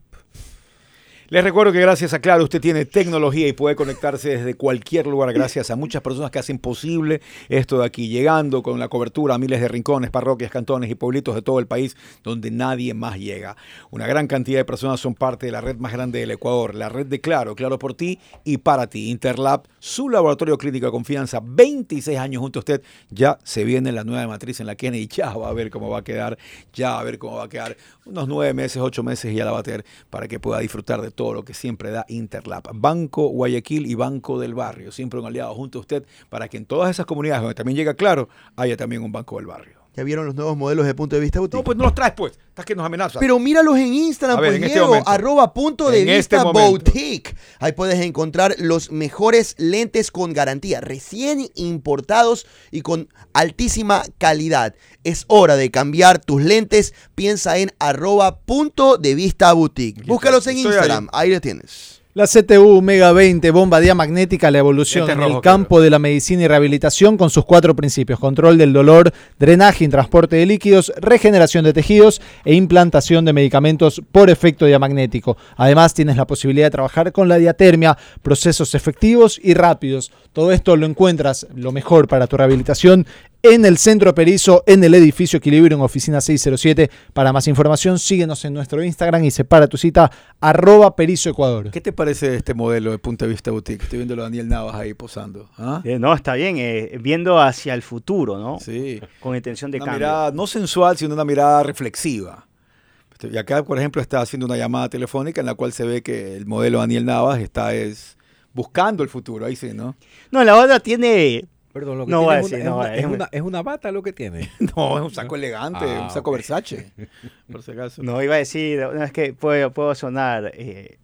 Les recuerdo que gracias a Claro usted tiene tecnología y puede conectarse desde cualquier lugar gracias a muchas personas que hacen posible esto de aquí, llegando con la cobertura a miles de rincones, parroquias, cantones y pueblitos de todo el país donde nadie más llega. Una gran cantidad de personas son parte de la red más grande del Ecuador, la red de Claro, Claro por ti y para ti. Interlab, su laboratorio clínico de confianza, 26 años junto a usted, ya se viene la nueva matriz en la Kennedy, ya va a ver cómo va a quedar, ya va a ver cómo va a quedar, unos nueve meses, ocho meses y ya la va a tener para que pueda disfrutar de todo lo que siempre da Interlap. Banco Guayaquil y Banco del Barrio, siempre un aliado junto a usted para que en todas esas comunidades donde también llega Claro, haya también un Banco del Barrio. Ya vieron los nuevos modelos de punto de vista útil. No, pues no los traes, pues. Estás que nos amenazas. Pero míralos en Instagram, A ver, pues, en este Diego, momento. arroba punto de En vista este momento. boutique. Ahí puedes encontrar los mejores lentes con garantía, recién importados y con altísima calidad. Es hora de cambiar tus lentes. Piensa en arroba punto de vista boutique. Búscalos en Estoy ahí. Instagram, ahí los tienes. La CTU Mega 20, bomba diamagnética, la evolución Este es en rojo, el campo de la medicina y rehabilitación con sus cuatro principios: control del dolor, drenaje y transporte de líquidos, regeneración de tejidos e implantación de medicamentos por efecto diamagnético. Además, tienes la posibilidad de trabajar con la diatermia, procesos efectivos y rápidos. Todo esto lo encuentras lo mejor para tu rehabilitación en el Centro Perizo, en el edificio Equilibrio, en oficina 607. Para más información, síguenos en nuestro Instagram y separa tu cita arroba Perizo Ecuador. ¿Qué te parece este modelo de punto de vista boutique? Estoy viendo a Daniel Navas ahí posando. ¿Ah? Eh, no, está bien, eh, viendo hacia el futuro, ¿no? Sí. Con intención de Una cambio. mirada no sensual, sino una mirada reflexiva. Este, Y acá, por ejemplo, está haciendo una llamada telefónica en la cual se ve que el modelo Daniel Navas está es buscando el futuro. Ahí sí, ¿no? No, la otra tiene. Perdón, lo que No voy a tiene es decir, una- no voy a es, una, es, decir. una, es una bata lo que tiene. No, es un saco elegante, Ah, un saco Versace. Por si acaso. No, iba a decir, no, es que puedo, puedo sonar eh,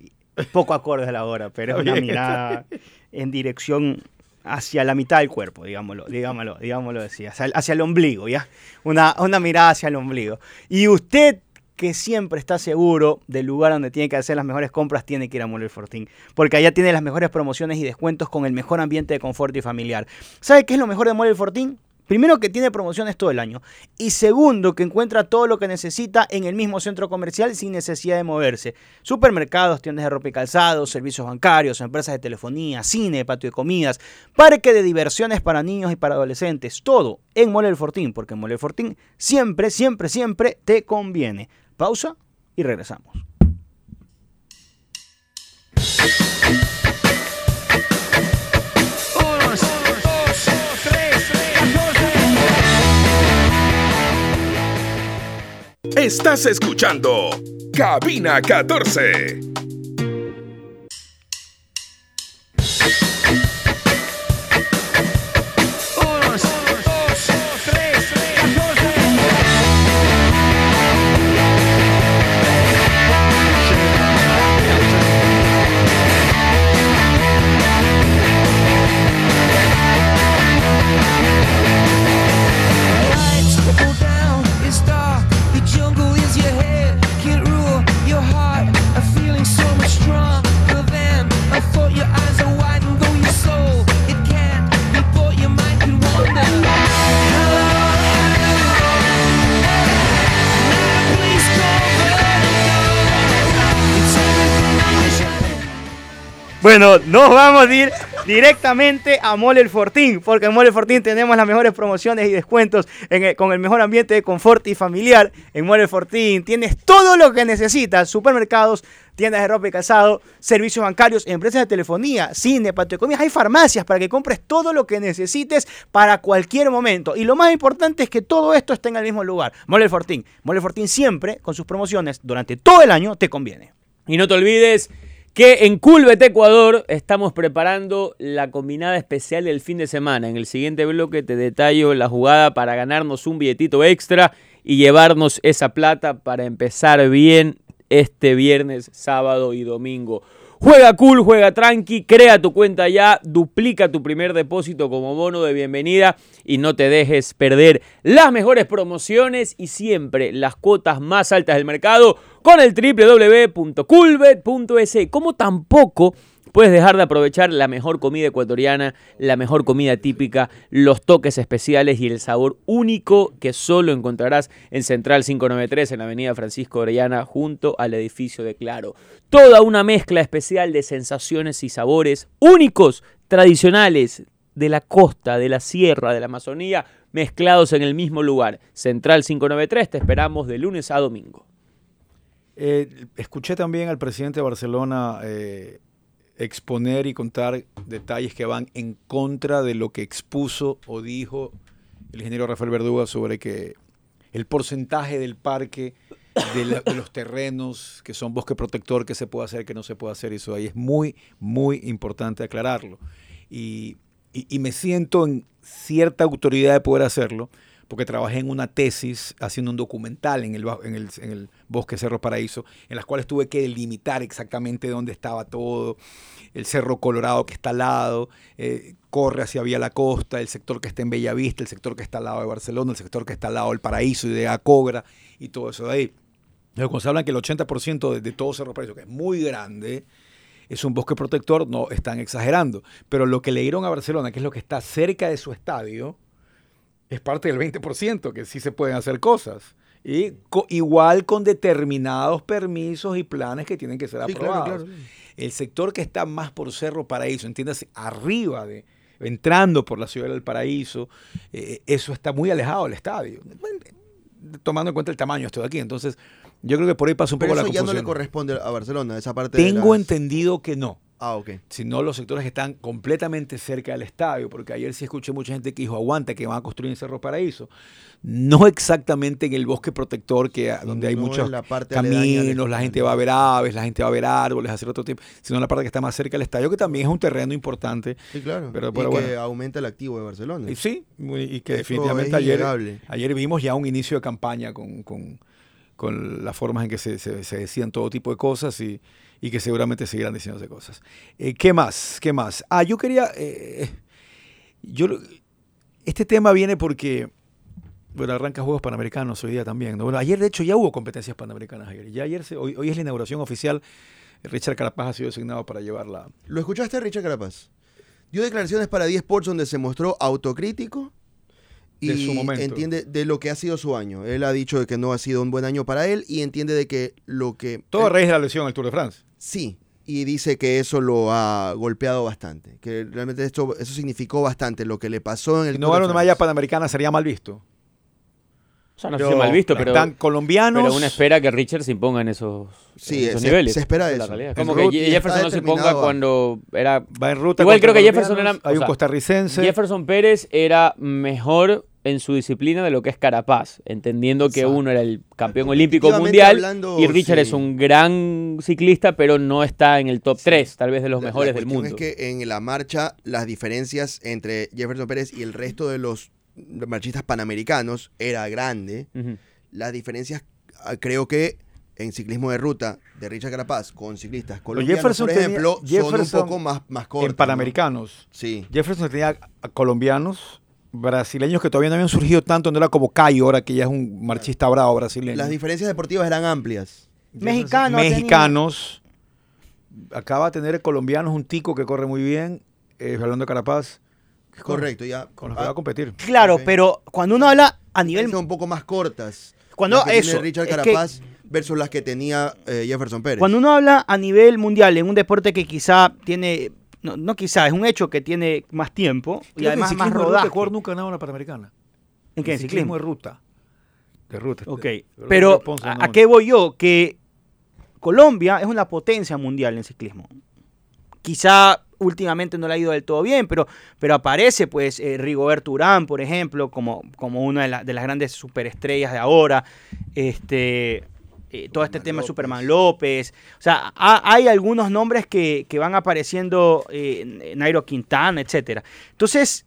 poco acorde a la hora, pero es Está una bien, mirada en dirección hacia la mitad del cuerpo, digámoslo, digámoslo, digámoslo así, hacia el, hacia el ombligo, ¿ya? Una, una mirada hacia el ombligo. Y usted que siempre está seguro del lugar donde tiene que hacer las mejores compras, tiene que ir a Mueller Fortín, porque allá tiene las mejores promociones y descuentos con el mejor ambiente de confort y familiar. ¿Sabe qué es lo mejor de Mueller Fortín? Primero que tiene promociones todo el año y segundo que encuentra todo lo que necesita en el mismo centro comercial sin necesidad de moverse. Supermercados, tiendas de ropa y calzado, servicios bancarios, empresas de telefonía, cine, patio de comidas, parque de diversiones para niños y para adolescentes, todo en Mole del Fortín, porque en Mole del Fortín siempre, siempre, siempre te conviene. Pausa y regresamos. Estás escuchando Cabina 14. Lights go down, it's dark. The jungle is your head, can't rule your heart. A feeling so much stronger than I thought. Your eyes are wide and go your soul. It can't be bought. Your mind can wander. Hello, now please call vertigo. It's everything I wish I had. Bueno, nos vamos a ir directamente a Mole el Fortín, porque en Mole el Fortín tenemos las mejores promociones y descuentos en el- con el mejor ambiente de confort y familiar. En Mole el Fortín tienes todo lo que necesitas, supermercados, tiendas de ropa y calzado, servicios bancarios, empresas de telefonía, cine, patio de comidas, hay farmacias para que compres todo lo que necesites para cualquier momento. Y lo más importante es que todo esto esté en el mismo lugar. Mole el Fortín. Mole el Fortín siempre, con sus promociones, durante todo el año te conviene. Y no te olvides que en Culvet Ecuador estamos preparando la combinada especial del fin de semana. En el siguiente bloque te detallo la jugada para ganarnos un billetito extra y llevarnos esa plata para empezar bien este viernes, sábado y domingo. Juega cool, juega tranqui, crea tu cuenta ya, duplica tu primer depósito como bono de bienvenida y no te dejes perder las mejores promociones y siempre las cuotas más altas del mercado con el www.culbet.es. e. Como tampoco puedes dejar de aprovechar la mejor comida ecuatoriana, la mejor comida típica, los toques especiales y el sabor único que solo encontrarás en Central 593 en la Avenida Francisco Orellana junto al edificio de Claro. Toda una mezcla especial de sensaciones y sabores únicos, tradicionales, de la costa, de la sierra, de la Amazonía, mezclados en el mismo lugar. Central 593 te esperamos de lunes a domingo. Eh, escuché también al presidente de Barcelona eh, exponer y contar detalles que van en contra de lo que expuso o dijo el ingeniero Rafael Verduga sobre que el porcentaje del parque, de, la- de los terrenos que son bosque protector, que se puede hacer, que no se puede hacer, eso ahí es muy, muy importante aclararlo. Y, y- y me siento en cierta autoridad de poder hacerlo, porque trabajé en una tesis haciendo un documental en el, ba- en el, en el bosque Cerro Paraíso, en las cuales tuve que delimitar exactamente dónde estaba todo, el Cerro Colorado que está al lado, eh, corre hacia Vía La Costa, el sector que está en Bellavista, el sector que está al lado de Barcelona, el sector que está al lado del Paraíso y de Acobra y todo eso de ahí. Pero cuando se hablan que el 80% de, de todo Cerro Paraíso, que es muy grande, es un bosque protector, no están exagerando. Pero lo que le dieron a Barcelona, que es lo que está cerca de su estadio, es parte del 20%, que sí se pueden hacer cosas. Y co- igual con determinados permisos y planes que tienen que ser Sí, claro, aprobados. claro. El sector que está más por Cerro Paraíso, entiéndase, arriba de, entrando por la ciudad del Paraíso, eh, eso está muy alejado del estadio. Bueno, Tomando en cuenta el tamaño, estoy aquí. Entonces, yo creo que por ahí pasa un Pero poco eso la ya no confusión. le corresponde a Barcelona, esa parte de Tengo las- entendido que no Ah, ok. sino los sectores que están completamente cerca del estadio, porque ayer sí escuché mucha gente que dijo, aguanta, que van a construir en Cerro Paraíso. No exactamente en el bosque protector, que, donde hay no muchos en la parte aledaña al caminos, la gente va a ver aves, la gente va a ver árboles, hacer otro tipo, sino en la parte que está más cerca del estadio, que también es un terreno importante. Sí, claro. Pero- Pero, pero y que bueno. aumenta el activo de Barcelona. Y sí, muy- y que Eso definitivamente es ayer, innegable. ayer vimos ya un inicio de campaña con, con- con las formas en que se, se- se decían todo tipo de cosas y, y que seguramente seguirán diciéndose cosas. Eh, ¿Qué más? ¿Qué más? Ah, yo quería... eh, yo, lo- este tema viene porque... Bueno, arranca Juegos Panamericanos hoy día también. ¿no? Bueno, ayer de hecho ya hubo competencias panamericanas ayer. Ya ayer, se- hoy, hoy es la inauguración oficial. Richard Carapaz ha sido designado para llevar la, ¿Lo escuchaste, Richard Carapaz? Dio declaraciones para 10 Sports donde se mostró autocrítico y De su momento. entiende de lo que ha sido su año. Él ha dicho de que no ha sido un buen año para él y entiende de que lo que... Todo a él- raíz de la lesión en el Tour de France. Sí, y dice que eso lo ha golpeado bastante, que realmente esto, eso significó bastante lo que le pasó en el... Si no Tour de gana una France. medalla panamericana sería mal visto. O sea, no sé si mal visto, pero, están colombianos. pero uno espera que Richard se imponga en esos, Sí, en esos se- niveles. se espera Esa es la eso. realidad. El Como que Ruth Ye- está Jefferson no se imponga determinado a- cuando era... Va en ruta. Igual creo contra que Jefferson colombianos, era- Hay o un sea, costarricense. Jefferson Pérez era mejor en su disciplina de lo que es Carapaz, entendiendo que Exacto. uno era el campeón olímpico Efectivamente mundial hablando, y Richard sí. es un gran ciclista, pero no está en el top 3, tal vez de los La- la mejores del cuestión mundo. Es que en la marcha las diferencias entre Jefferson Pérez y el resto de los marchistas panamericanos era grande. Ujú. Las diferencias ah, creo que en ciclismo de ruta de Richard Carapaz con ciclistas colombianos, Jefferson por tenía- ejemplo, son Jefferson un poco más, más cortos. en panamericanos. ¿no? Sí. Jefferson tenía a colombianos, brasileños que todavía no habían surgido tanto. No era como Cayo ahora, que ya es un marchista bravo brasileño. Las diferencias deportivas eran amplias. Mexicano tenía- mexicanos. Acaba de tener colombianos, un tico que corre muy bien. Eh, hablando de Carapaz. que corre- Correcto, ya. Con los que va a competir. Claro, Ok. pero cuando uno habla a nivel. nivel son un poco más cortas. Cuando- las que tiene eso, Richard es que- Carapaz versus las que tenía eh, Jefferson Pérez. Cuando uno habla a nivel mundial en un deporte que quizá tiene. No, no quizá, es un hecho que tiene más tiempo y Creo que además en más ciclismo de ruta rodaje. Ecuador nunca ha ganado una panamericana. ¿En qué? ¿En ciclismo? de ruta. De ruta. Ok, De- de- de pero Ponce, no, ¿a, a qué voy yo? Que Colombia es una potencia mundial en ciclismo. Quizá últimamente no le ha ido del todo bien, pero, pero aparece pues eh, Rigoberto Urán, por ejemplo, como, como una de, la- de las grandes superestrellas de ahora. Este, eh, todo este Superman tema López. de Superman López. O sea, ha- hay algunos nombres que, que van apareciendo, eh, Nairo Quintana, etcétera. Entonces,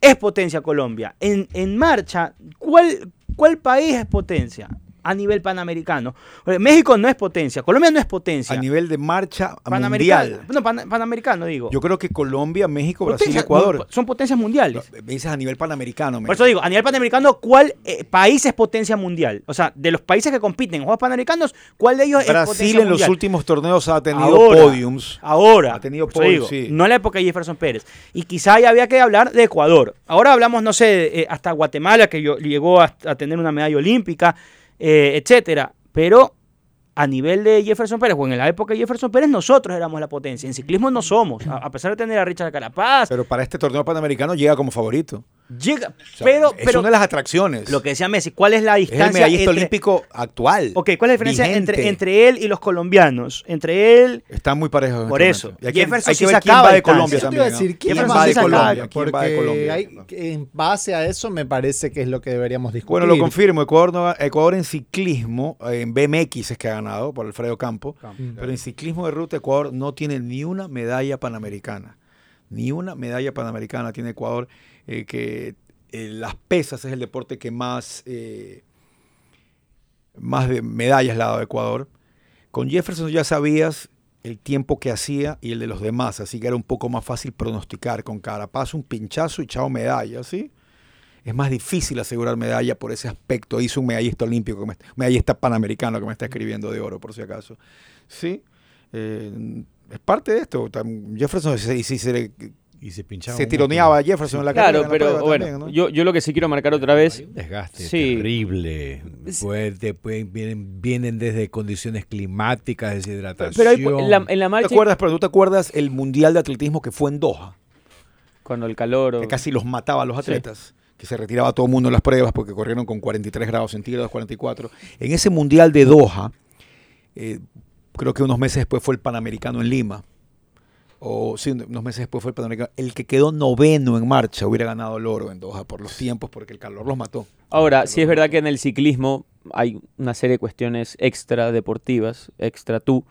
es potencia Colombia. En, en marcha, ¿cuál, ¿cuál país es potencia a nivel panamericano? Eh, México no es potencia, Colombia no es potencia. A nivel de marcha Panamericano- mundial. No, pan- panamericano digo. Yo creo que Colombia, México, Brasil, Potencia- Ecuador. Son potencias mundiales. Me dices a nivel panamericano. me pues, Por eso dices. digo, a nivel panamericano, ¿cuál eh, país es potencia mundial? O sea, de los países que compiten en Juegos Panamericanos, ¿cuál de ellos es Brasil potencia en los mundial? últimos torneos ha tenido Ahora. podiums. Ahora, Ha tenido por eso Paul, digo, sí. no en la época de Jefferson Pérez. Y quizá ya había que hablar de Ecuador. Ahora hablamos, no sé, eh, hasta Guatemala, que yo- llegó a, a tener una medalla olímpica, eh, etcétera. Pero a nivel de Jefferson Pérez, o en la época de Jefferson Pérez, nosotros éramos la potencia. En ciclismo no somos. A, a pesar de tener a Richard Carapaz, Pero para este torneo panamericano llega como favorito. llega. O sea, pero, es pero una de las atracciones. lo que decía Messi, ¿cuál es la es el distancia? medallista entre- olímpico actual. Ok, ¿cuál es la diferencia vigente. entre, entre él y los colombianos? Entre él Están muy parejos. en Por este eso. momento. Y hay que- Jefferson hay que sí ver quién sacaba va de distancia. Colombia Eso Yo te también. iba a decir, ¿no? ¿quién Jefferson va de sí sacaba, Colombia? ¿Quién va de Porque Colombia? hay- en base a eso me parece que es lo que deberíamos discutir. Bueno, lo confirmo. Ecuador, no ha- Ecuador en ciclismo, eh, en BMX es que ha ganado por Alfredo Campo, pero en ciclismo de ruta Ecuador no tiene ni una medalla panamericana. Ni una medalla panamericana tiene Ecuador eh, que eh, las pesas es el deporte que más, eh, más de medallas le ha dado a Ecuador. Con Jefferson ya sabías el tiempo que hacía y el de los demás, así que era un poco más fácil pronosticar. Con Carapaz un pinchazo y chao medalla, ¿sí? Es más difícil asegurar medalla por ese aspecto. Hizo un medallista olímpico, que me- medallista panamericano que me está escribiendo de oro, por si acaso. ¿Sí? Eh, es parte de esto. Tam- Jefferson, si, si se, le- Y se pinchaba. se un tironeaba a montón. Jefferson en la carrera. Claro, en la pero prueba bueno, también, ¿no? yo, yo lo que sí quiero marcar otra vez, Hay un desgaste Sí. terrible. Es- Pues, te pueden- vienen, vienen desde condiciones climáticas, deshidratación. pero hay- en, la, en la ¿Te marcha, acuerdas, pero tú te acuerdas el Mundial de Atletismo que fue en Doha? cuando el calor... o- Que casi los mataba a los atletas. Que se retiraba todo el mundo en las pruebas porque corrieron con 43 grados centígrados, 44. En ese Mundial de Doha, eh, creo que unos meses después fue el Panamericano en Lima. O sí, unos meses después fue el Panamericano. El que quedó noveno en marcha hubiera ganado el oro en Doha por los tiempos porque el calor los mató. Ahora, sí es verdad que en el ciclismo hay una serie de cuestiones extra deportivas, extra tú,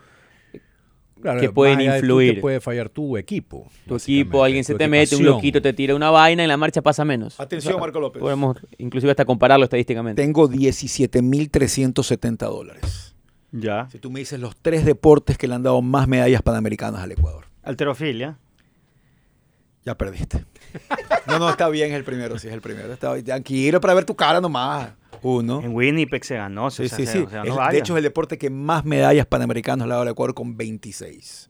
que pueden más allá de tú, te influir. puede fallar tu equipo. tu equipo, básicamente, alguien se tu te mete, un equipación. loquito te tira una vaina, en la marcha pasa menos. Atención, Marco López. Podemos inclusive hasta compararlo estadísticamente. Tengo 17.370 dólares. Ya. Si tú me dices los tres deportes que le han dado más medallas panamericanas al Ecuador. Alterofilia. Ya perdiste. No, no, está bien, es el primero, sí, es el primero. Está, bien, tranquilo, para ver tu cara nomás. Uno. En Winnipeg se ganó. se- Sí, se- sí, se- sí. se ganó Es- de varias. hecho, es el deporte que más medallas panamericanas le ha dado al Ecuador con 26.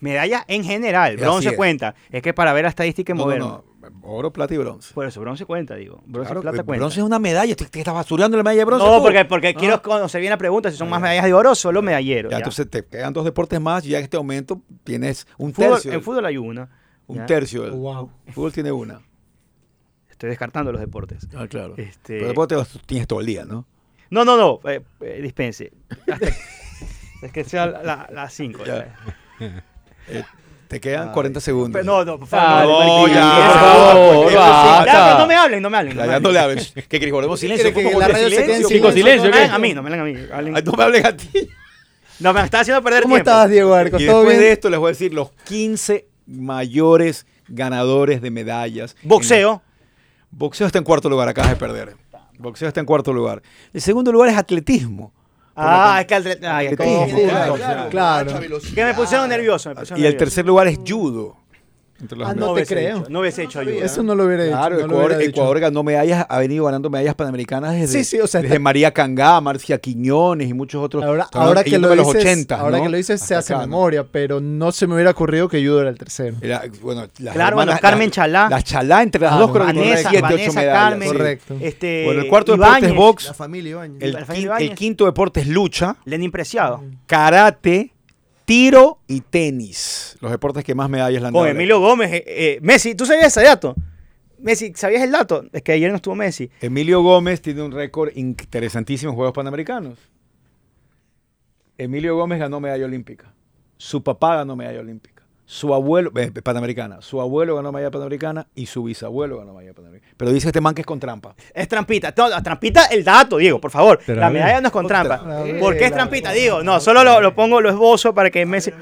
Medalla en general. Así Bronce es. cuenta. Es que para ver la estadística No, moderna. no, no, Oro, plata y bronce. Por eso, bronce cuenta, digo. Bronce Claro, y plata eh, cuenta. Bronce es una medalla. Te, te estás basurando la medalla de bronce. no, tú. porque, porque Ah. quiero conocer bien la pregunta. Si son más medallas de oro o solo medallero. Ya, ya. entonces te quedan dos deportes más y ya en este momento tienes un Fútbol- tercio. en fútbol hay una. un ya. tercio. del- Wow. El fútbol tiene una. Estoy descartando los deportes. Ah, claro. Este- Pero después te vas- tienes todo el día, ¿no? No, no, no. eh, eh, dispense. Hasta- es que sea la- la 5. Ya. Eh, te quedan 40 segundos. no, no, por Ah, favor. no, no, ya, por ya, ya, favor, ya, Ya, basta. pero no me hablen, no me hablen. no Ya, me ya no hablen. le hables. ¿Qué quieres? Volvemos silencio. ¿Quiere que ¿Cómo la volvemos radio se quede en Chicos, No silencio. me ¿qué? hagan a mí, no me hagan a mí. hablen- Ay, No me hables a ti. No, me está haciendo perder ¿Cómo tiempo. estabas, Diego Arco? Y ¿Todo después bien? de esto les voy a decir los 15 mayores ganadores de medallas. Boxeo. En- boxeo está en cuarto lugar, acabas de perder. Boxeo está en cuarto lugar. El segundo lugar es atletismo. Ah, es que al... Ay, es Atletismo. como- Claro, Ah, claro. Ah, Que me pusieron nervioso. me pusieron Ah. Y el nervioso. tercer lugar es judo. Entre los Ah, medallas. no te hubiese creo. dicho, No hubiese hecho ¿eh? ayuda. Eso no lo hubiera hecho. Claro, no lo Ecuador, hubiera dicho. Ecuador ganó medallas, ha venido ganando medallas panamericanas desde, Sí, sí, o sea, desde está- María Cangá, Marcia Quiñones y muchos otros. Ahora, Estamos ahora que yéndome lo a los dices, 80, ahora ¿no? que lo dices se Hasta hace acá, ¿no? memoria, pero no se me hubiera ocurrido que Judo era el tercero. Era, bueno, las Claro, hermanas- bueno, Carmen las- Chalá. Las Chalá entre las Ah, dos creo que tienen Vanessa, siete, ocho Vanessa, medallas, Carmen. sí. Correcto. Este, Bueno, el cuarto Ibáñez, deporte es box, La familia Ibañez. el, la quin- familia el Ibáñez. quinto deporte es lucha, Lenin Preciado. Mm. karate, tiro y tenis. Los deportes que más medallas le han dado. Con Emilio Gómez. eh, eh, Messi, ¿tú sabías ese dato? Messi, ¿sabías el dato? Es que ayer no estuvo Messi. Emilio Gómez tiene un récord interesantísimo en Juegos Panamericanos. Emilio Gómez ganó medalla olímpica. Su papá ganó medalla olímpica. Su abuelo, eh, panamericana, su abuelo ganó medalla panamericana y su bisabuelo ganó medalla panamericana. Pero dice este man que es con trampa. Es trampita. No, la trampita el dato, Diego, por favor. Otra la vez. medalla no es con trampa. vez. ¿Por qué es trampita, Diego? No, solo lo, lo pongo, lo esbozo para que Messi.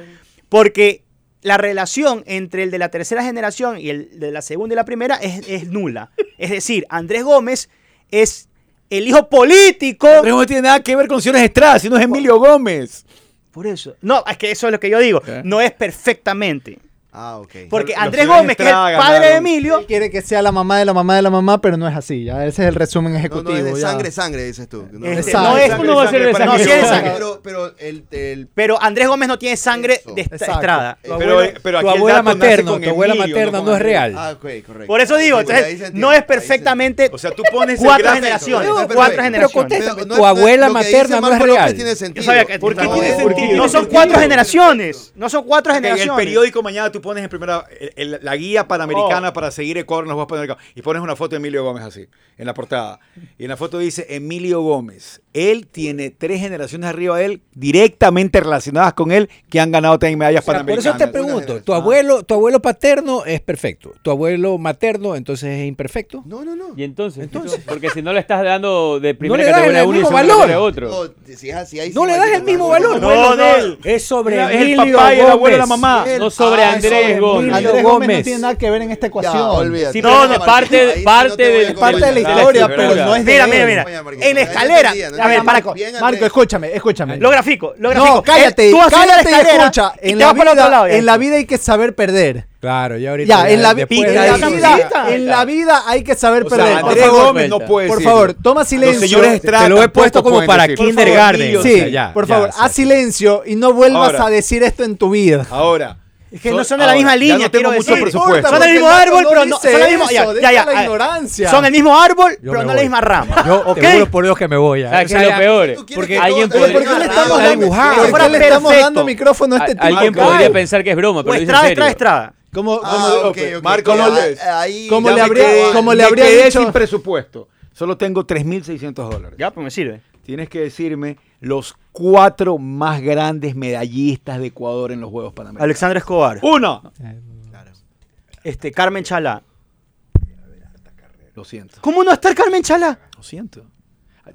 Porque la relación entre el de la tercera generación y el de la segunda y la primera es, es nula. Es decir, Andrés Gómez es el hijo político. Andrés no tiene nada que ver con Siones Estrada, sino es Emilio Gómez. Por eso. No, es que eso es lo que yo digo. ¿Eh? No es perfectamente. Ah, ok. Porque Los Andrés señores Gómez, que es el Estrada padre de ganaron. Emilio, Él quiere que sea la mamá de la mamá de la mamá, pero no es así. Ya ese es el resumen No, ejecutivo. no, es de ya. sangre, sangre, dices tú. No, Este, no sangre, es- sangre, ¿cómo va a sangre, ser de sangre, sangre? No, sí es de sangre. Pero, pero el, el- pero Andrés Gómez no tiene sangre de Eso. esta- estrada. Tu Pero, abuela- pero tu aquí el abuela dato nace materna, con tu abuela Emilio, materna con no es Andrés. real. Ah, ok, correcto. Por eso digo, Sí, porque ahí entonces, se entiende, no es ahí se- perfectamente O sea, tú pones el cuatro gráfico. generaciones. Perfecto. cuatro Pero generaciones. Pero tu abuela lo que dice materna no es Marco López real. Tiene Yo sentido. sabía que- ¿Por qué no, tiene porque sentido? No son Tiene cuatro sentido. generaciones. No son cuatro En el generaciones. periódico mañana tú pones en primera el- el- la guía Oh. panamericana para seguir Ecuador en los Juegos Panamericanos y pones una foto de Emilio Gómez así, en la portada. Y en la foto dice Emilio Gómez. Él tiene tres generaciones arriba de él directamente relacionadas con él que han ganado también medallas O sea, por eso panamericanas. te pregunto, generación. tu abuelo, tu abuelo paterno es perfecto, tu abuelo materno entonces es imperfecto. No, no, no. Y entonces, porque si no le estás dando de primera le das categoría a el uno y mismo segunda valor. categoría a otro. No, si es así, ahí sí No le hay das que el mismo tomarlo. valor. No, bueno, no. Es sobre Es el Emilio papá y el abuelo y la Gómez. mamá. No sobre Ah, Andrés Andrés Gómez. Andrés Gómez, no Gómez. tiene nada que ver en esta ecuación. Ya, olvídate. Sí, Ahí pero sí no, te voy a parte- complicar. parte Ahí sí te voy a de- complicar. parte de la Claro, historia, sí, pero verdad. no es de Mira, él. mira, mira. Oye, Marquito, En la ya escalera. entendía, no A ver, entendía. Marco. Bien, Andrés. Marco, escúchame, escúchame. Lo grafico, lo grafico. No, cállate, Eh, Tú vas a ir a la cállate y escalera escucha. y En te la, vas para otro lado. vida, ya. en la vida hay que saber perder. Claro, ya ahorita. Ya, en la, vi- después en de la ahí- Picadita. vida, en la vida hay que saber O sea, perder. por Andrés favor, Gómez no puede por decirlo. favor, toma silencio. Los señores Te- te lo he tampoco puesto como pueden para decirlo. Por favor, kindergarten. Sí, o sea, ya, por ya, favor, o sea, haz silencio y no vuelvas Ahora. a decir esto en tu vida. Ahora. Es que no son de la misma ahora, línea, Ya no tengo quiero mucho decir. presupuesto. Son del mismo Porque árbol, no pero no. dice Son del mismo. eso, Ya, deja ya, ya. la a ver. ignorancia. Son del mismo árbol, yo pero me no voy. la misma rama. Yo ¿Ok? te juro por Dios que me voy. ya. ¿Sabes O qué sea, Ah, es lo ya- peor? tú quieres Porque que alguien todo- Pero ¿por podría... qué le Está estamos dando, dibujado. ¿por qué Fuera le estamos perfecto. dando micrófono a este a- alguien tipo? podría pensar que es broma, pero O lo dice Estrada, en serio. Estrada, Estrada. Como- Ah, como- ok, ok. Marco, Ya, no le- ahí- ¿Cómo ya le me habría- quedé- cómo le me habría quedé dicho- sin presupuesto. Solo tengo 3.600 dólares. Ya, pues me sirve. Tienes que decirme los cuatro más grandes medallistas de Ecuador en los Juegos Panamericanos. Alexandra Escobar. Uno. Este, Carmen Chalá. Lo siento. ¿Cómo no estar Carmen Chalá? Lo siento.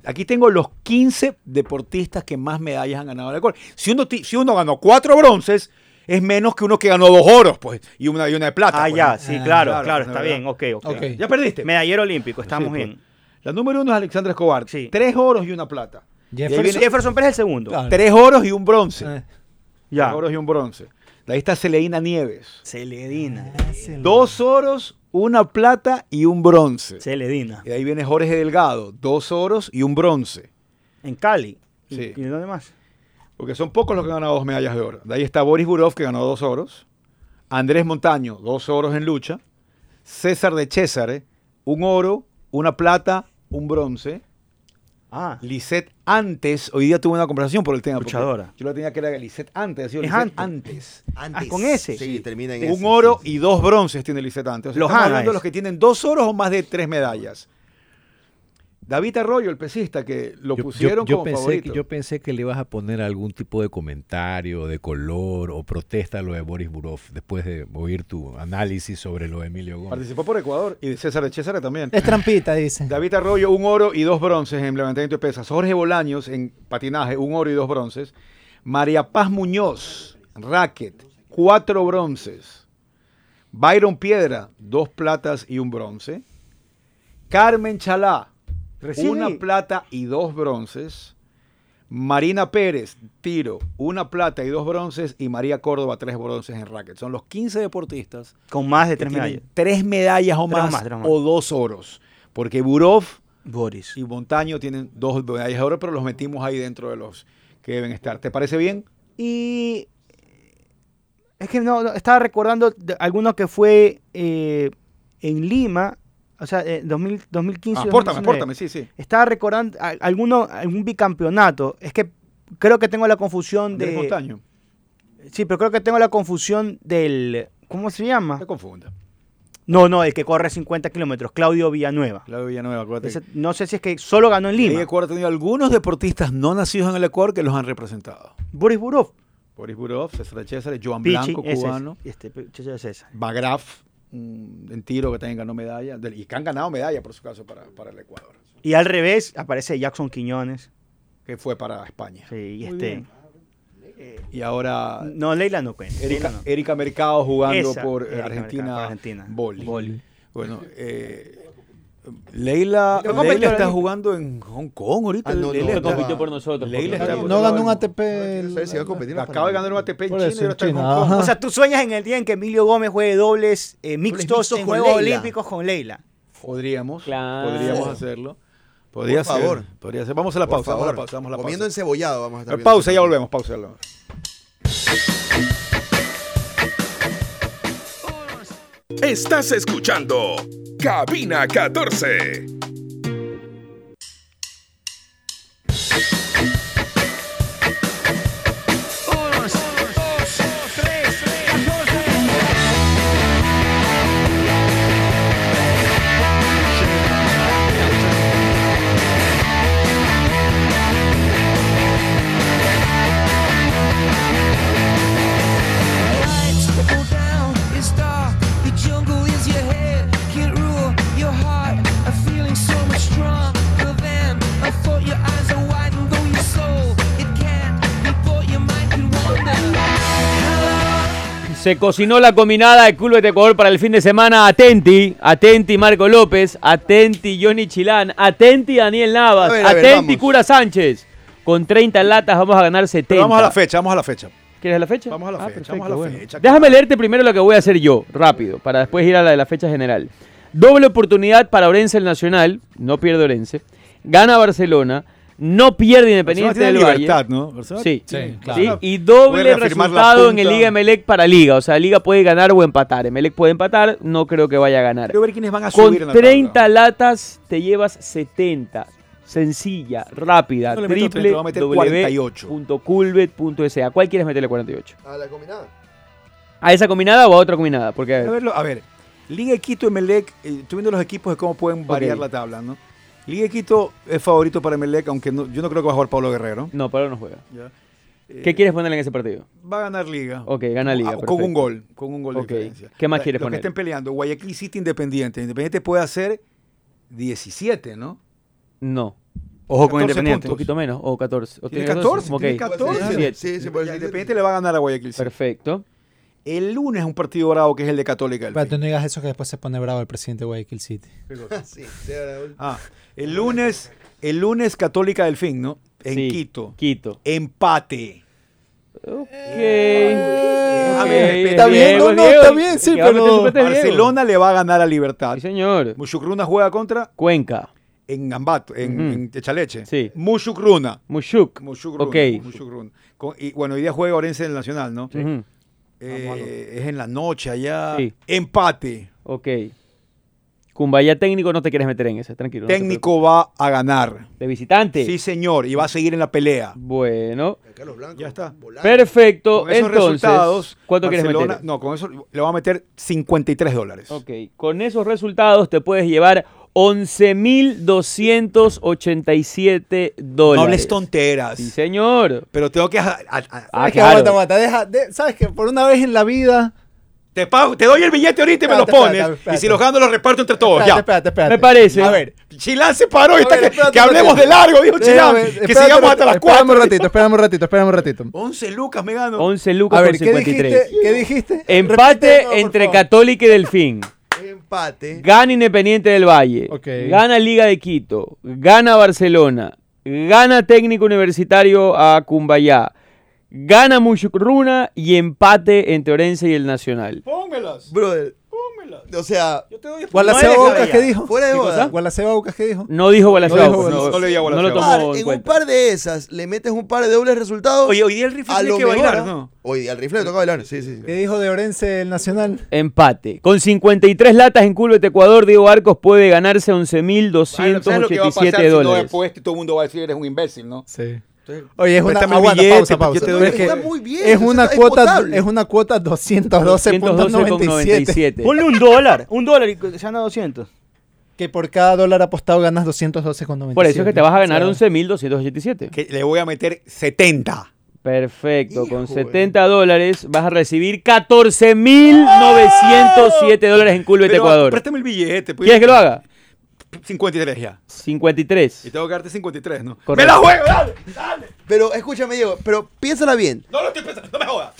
Aquí tengo los 15 deportistas que más medallas han ganado en el Ecuador. Si uno, ti- si uno ganó cuatro bronces, es menos que uno que ganó dos oros, pues, y una, y una de plata. Ah, pues, ya, ¿no? sí, Ah, claro, claro, claro, de está verdad. bien, ok, ok. Ok. Ya perdiste. Medallero olímpico, estamos Sí, pues. bien. La número uno es Alexandra Escobar. Sí. Tres oros y una plata. Jefferson- viene- Jefferson Pérez el segundo. Claro. Tres oros y un bronce. Eh, Ya. Tres oros y un bronce. De ahí está Celeína Nieves. Celedina. Dos oros, una plata y un bronce. Celedina. Y de ahí viene Jorge Delgado. Dos oros y un bronce. En Cali. ¿Y- Sí. ¿Y dónde más? Porque son pocos los que han ganado dos medallas de oro. De ahí está Boris Burov, que ganó dos oros. Andrés Montaño, dos oros en lucha. César de César, un oro, una plata, un bronce. Ah, Lisette antes, hoy día tuve una conversación por el tema. porque Luchadora. Yo la tenía que era Lisette antes, ha sido Es Lisette antes. antes. Antes. Ah, con ese. Sí, termina en Un oro y dos bronces tiene Lisette antes. O sea, Los estamos Hanna hablando de es. los que tienen dos oros o más de tres medallas. David Arroyo, el pesista, que lo yo- yo- pusieron yo como pensé favorito. Que, yo pensé que le ibas a poner algún tipo de comentario, de color o protesta a lo de Boris Burov después de oír tu análisis sobre lo de Emilio Gómez. Participó por Ecuador y de César de César también. Es trampita, dice. David Arroyo, un oro y dos bronces en levantamiento de pesas. Jorge Bolaños en patinaje, un oro y dos bronces. María Paz Muñoz, racket, cuatro bronces. Byron Piedra, dos platas y un bronce. Carmen Chalá, Recién una ahí. plata y dos bronces. Marina Pérez, tiro, una plata y dos bronces. Y María Córdoba, tres bronces en racket. Son los 15 deportistas con más de que tres tienen medallas. tres medallas o Tres más, más, tres más. o dos oros. Porque Burov Boris. y Montaño tienen dos medallas de oro, pero los metimos ahí dentro de los que deben estar. ¿Te parece bien? Y es que no, no, estaba recordando de alguno que fue eh, en Lima, o sea, eh, 2000, 2015. Apórtame, 2019. apórtame, Ah, sí, sí. Estaba recordando a- alguno, algún bicampeonato. Es que creo que tengo la confusión Andrés de... Montaño, Sí, pero creo que tengo la confusión del... ¿Cómo se llama? te confunda. No, no, el que corre 50 kilómetros, Claudio Villanueva. Claudio Villanueva, acuérdate. Ese- no sé si es que solo ganó en El Lima. Ecuador ha tenido algunos deportistas no nacidos en el Ecuador que los han representado. Boris Burov. Boris Burov, César César, Joan Pichi, Blanco, ese es, cubano. este, Pichi es ese. Bagraf, mm, en tiro que también ganó medalla. del- Y que han ganado medalla, por su caso, para, para el Ecuador. Y al revés aparece Jackson Quiñones. Que fue para España. Sí, y este. ah, Y ahora No, Leila no cuenta. Leila Erika, eh, no. Erika Mercado jugando Esa, por eh, Erika Argentina, Mercado, por Argentina. vóley. Vóley. Bueno, eh, Leila, Pero ¿cómo Leila está está ahorita? jugando en Hong Kong ahorita. Ah, no, Leila no, No está- compitió por nosotros. Leila porque- está- No ganó un ATP. si va a competir en los Acaba de ganar un Panamericanos. ATP en Por China y eso, ahora está en China, Hong Kong. ajá. O sea, tú sueñas en el día en que Emilio Gómez juegue dobles eh, mixtos mixtos en con Juegos Leila. Olímpicos con Leila. Podríamos, Claro. podríamos hacerlo. Podría Por ser, favor. podría ser. Vamos a la Por pausa, vamos a favor, la pausa, vamos a la comiendo pausa. encebollado vamos a estar. viendo Pausa, ese ya partido. volvemos, pausa. ya volvemos. Estás escuchando Cabina 14. Lights go down, it's dark. The jungle is your head. Can't rule your heart. A feeling Se cocinó la combinada de Club de Ecuador para el fin de semana. Atenti, atenti Marco López, atenti Johnny Chilán, atenti Daniel Navas, A ver, a ver, atenti vamos. Cura Sánchez. Con 30 latas vamos a ganar 70. Pero vamos a la fecha, vamos a la fecha. ¿Quieres la fecha? Ah, Vamos a la fecha, vamos a la fecha, Déjame claro. leerte primero lo que voy a hacer yo, rápido, para después ir a la de la fecha general. Doble oportunidad para Orense el Nacional, no pierde Orense. Gana Barcelona, no pierde Independiente del Barcelona tiene Valle. libertad, ¿no? Barcelona Sí, tiene- sí, claro. Y doble Puede reafirmar la resultado en el punta. Liga Emelec para Liga. O sea, Liga puede ganar o empatar. Emelec puede empatar, no creo que vaya a ganar. Quiero ver quiénes van a Con subir en la tabla. 30 latas te llevas 70. Sencilla, rápida, Yo no le meto 30, le voy a meter 48. www.culbet.sa. ¿Cuál quieres meterle 48? A la combinada. ¿A esa combinada o a otra combinada? Porque a ver, A ver, lo- a ver, Liga de Quito, Emelec, eh, estoy viendo los equipos de cómo pueden variar Ok. la tabla, ¿no? Liga de Quito es favorito para Emelec, aunque no- yo no creo que va a jugar Pablo Guerrero. no, Pablo no juega. Ya. Eh, ¿Qué quieres ponerle en ese partido? Va a ganar Liga. Ok, gana Liga. Ah, con perfecto. un gol, con un gol Ok. de diferencia. ¿Qué más La- quieres los poner? que estén peleando, Guayaquil City Independiente. Independiente puede hacer 17, ¿no? No, Ojo 14 un puntos. poquito menos. O 14. O Tiene tienes dos, 14, ok. tiene 14. Sí, 17. sí, sí, por el Ya, siguiente. Independiente Este le va a ganar a Guayaquil City. Perfecto. El lunes un partido bravo que es el de Católica. del Pero tú Fin. no digas eso que después se pone bravo el presidente de Guayaquil City. Sí, sí, ahora voy. Ah, el lunes, el lunes Católica del Fin, ¿no? En Sí, Quito. Quito. Empate. Ok. a Ok, ver, está bien, Diego, no, no, Diego, está bien, sí, que va a meter pero- su pete, Diego. Barcelona le va a ganar a Libertad. Sí, señor. Mushukruna juega contra Cuenca. en Gambato, en, Ujú. en Techaleche. Sí. Mushukruna. Mushuk. Mushukruna. Ok. Mushukruna. Con- y bueno, hoy día juega Orense en el Nacional, ¿no? Ujú. Eh, es en la noche allá. Sí. Empate. Ok. Cumbaya técnico, no te quieres meter en ese, tranquilo. no te Técnico va a ganar. preocupes. de visitante. Sí, señor. Y va a seguir en la pelea. Bueno. Carlos Blanco. Ya está. volando. Perfecto. Con esos Entonces, resultados, ¿cuánto quieres Barcelona- meter? No, con eso le va a meter 53 dólares. Ok, con esos resultados te puedes llevar 11.287 dólares. No hables tonteras. Sí, señor. Pero tengo que. a- a- a- Ah, Es que claro. aguanta, aguanta, deja, de- sabes que por una vez en la vida. te, pago, te doy el billete ahorita y me lo Espérate, pones. espérate, espérate. Y si los gano, los reparto entre todos. espérate, espérate, espérate. Me parece. A ver, ya. Chilán se paró y está ver, que- que, espérate, hablemos espérate. de largo, dijo Chilán. déjame, que espérate, sigamos hasta las Esperamos 4. un ratito, esperamos un ratito, esperamos un ratito. 11 lucas me gano. 11 lucas A ver, con ¿qué 53. dijiste? ¿Qué dijiste? Empate Repite, no, por entre favor. Católica y Delfín. Empate. Gana Independiente del Valle. Ok. Gana Liga de Quito. Gana Barcelona. Gana Técnico Universitario a Cumbayá. Gana Mushukruna y empate entre Orense y el Nacional. Pónmelas. Brother. O sea, Yo te doy Gualaceo No eres Baucas, ¿qué caballa. dijo? fuera de boda. Gualaceo Baucas, ¿qué dijo? No dijo Gualaceo. dijo pues, Gualaceo. no, No le diga no lo Gualaceo. tomó Par- en Ah, en un cuenta. par de esas le metes un par de dobles resultados. Oye, hoy día el rifle a tiene lo que mejor, bailar, ¿ah? ¿no? Oye, al rifle le toca bailar. Sí, sí. sí. ¿Qué dijo de Orense el Nacional? Empate. Con 53 latas en Culbet Ecuador, Diego Arcos puede ganarse ¿Sabes lo que va a pasar 11.287 si no he dólares. puesto y todo el mundo va a decir eres un imbécil, ¿no? Sí. Oye, es una, Préstame el aguanta, billete, pausa, porque yo pausa. te Pero doy es, que- está muy bien. es o sea, una está- cuota, potable. es una cuota 212.97. 212,97. Ponle un dólar, un dólar y se gana 200. Que por cada dólar apostado ganas 212.97. Por eso es que te vas a ganar O sea, 11.287. Que le voy a meter 70. Perfecto, con Híjole. 70 dólares vas a recibir 14.907 dólares en Culbet Pero, Ecuador. Préstame el billete. pues. ¿Quieres que lo haga? 53 ya. Y 53. tengo que darte 53, ¿no? Correcto. ¡Me la juego! ¡Dale! ¡Dale! Pero escúchame, Diego, pero piénsala bien. No lo estoy pensando, no me jodas.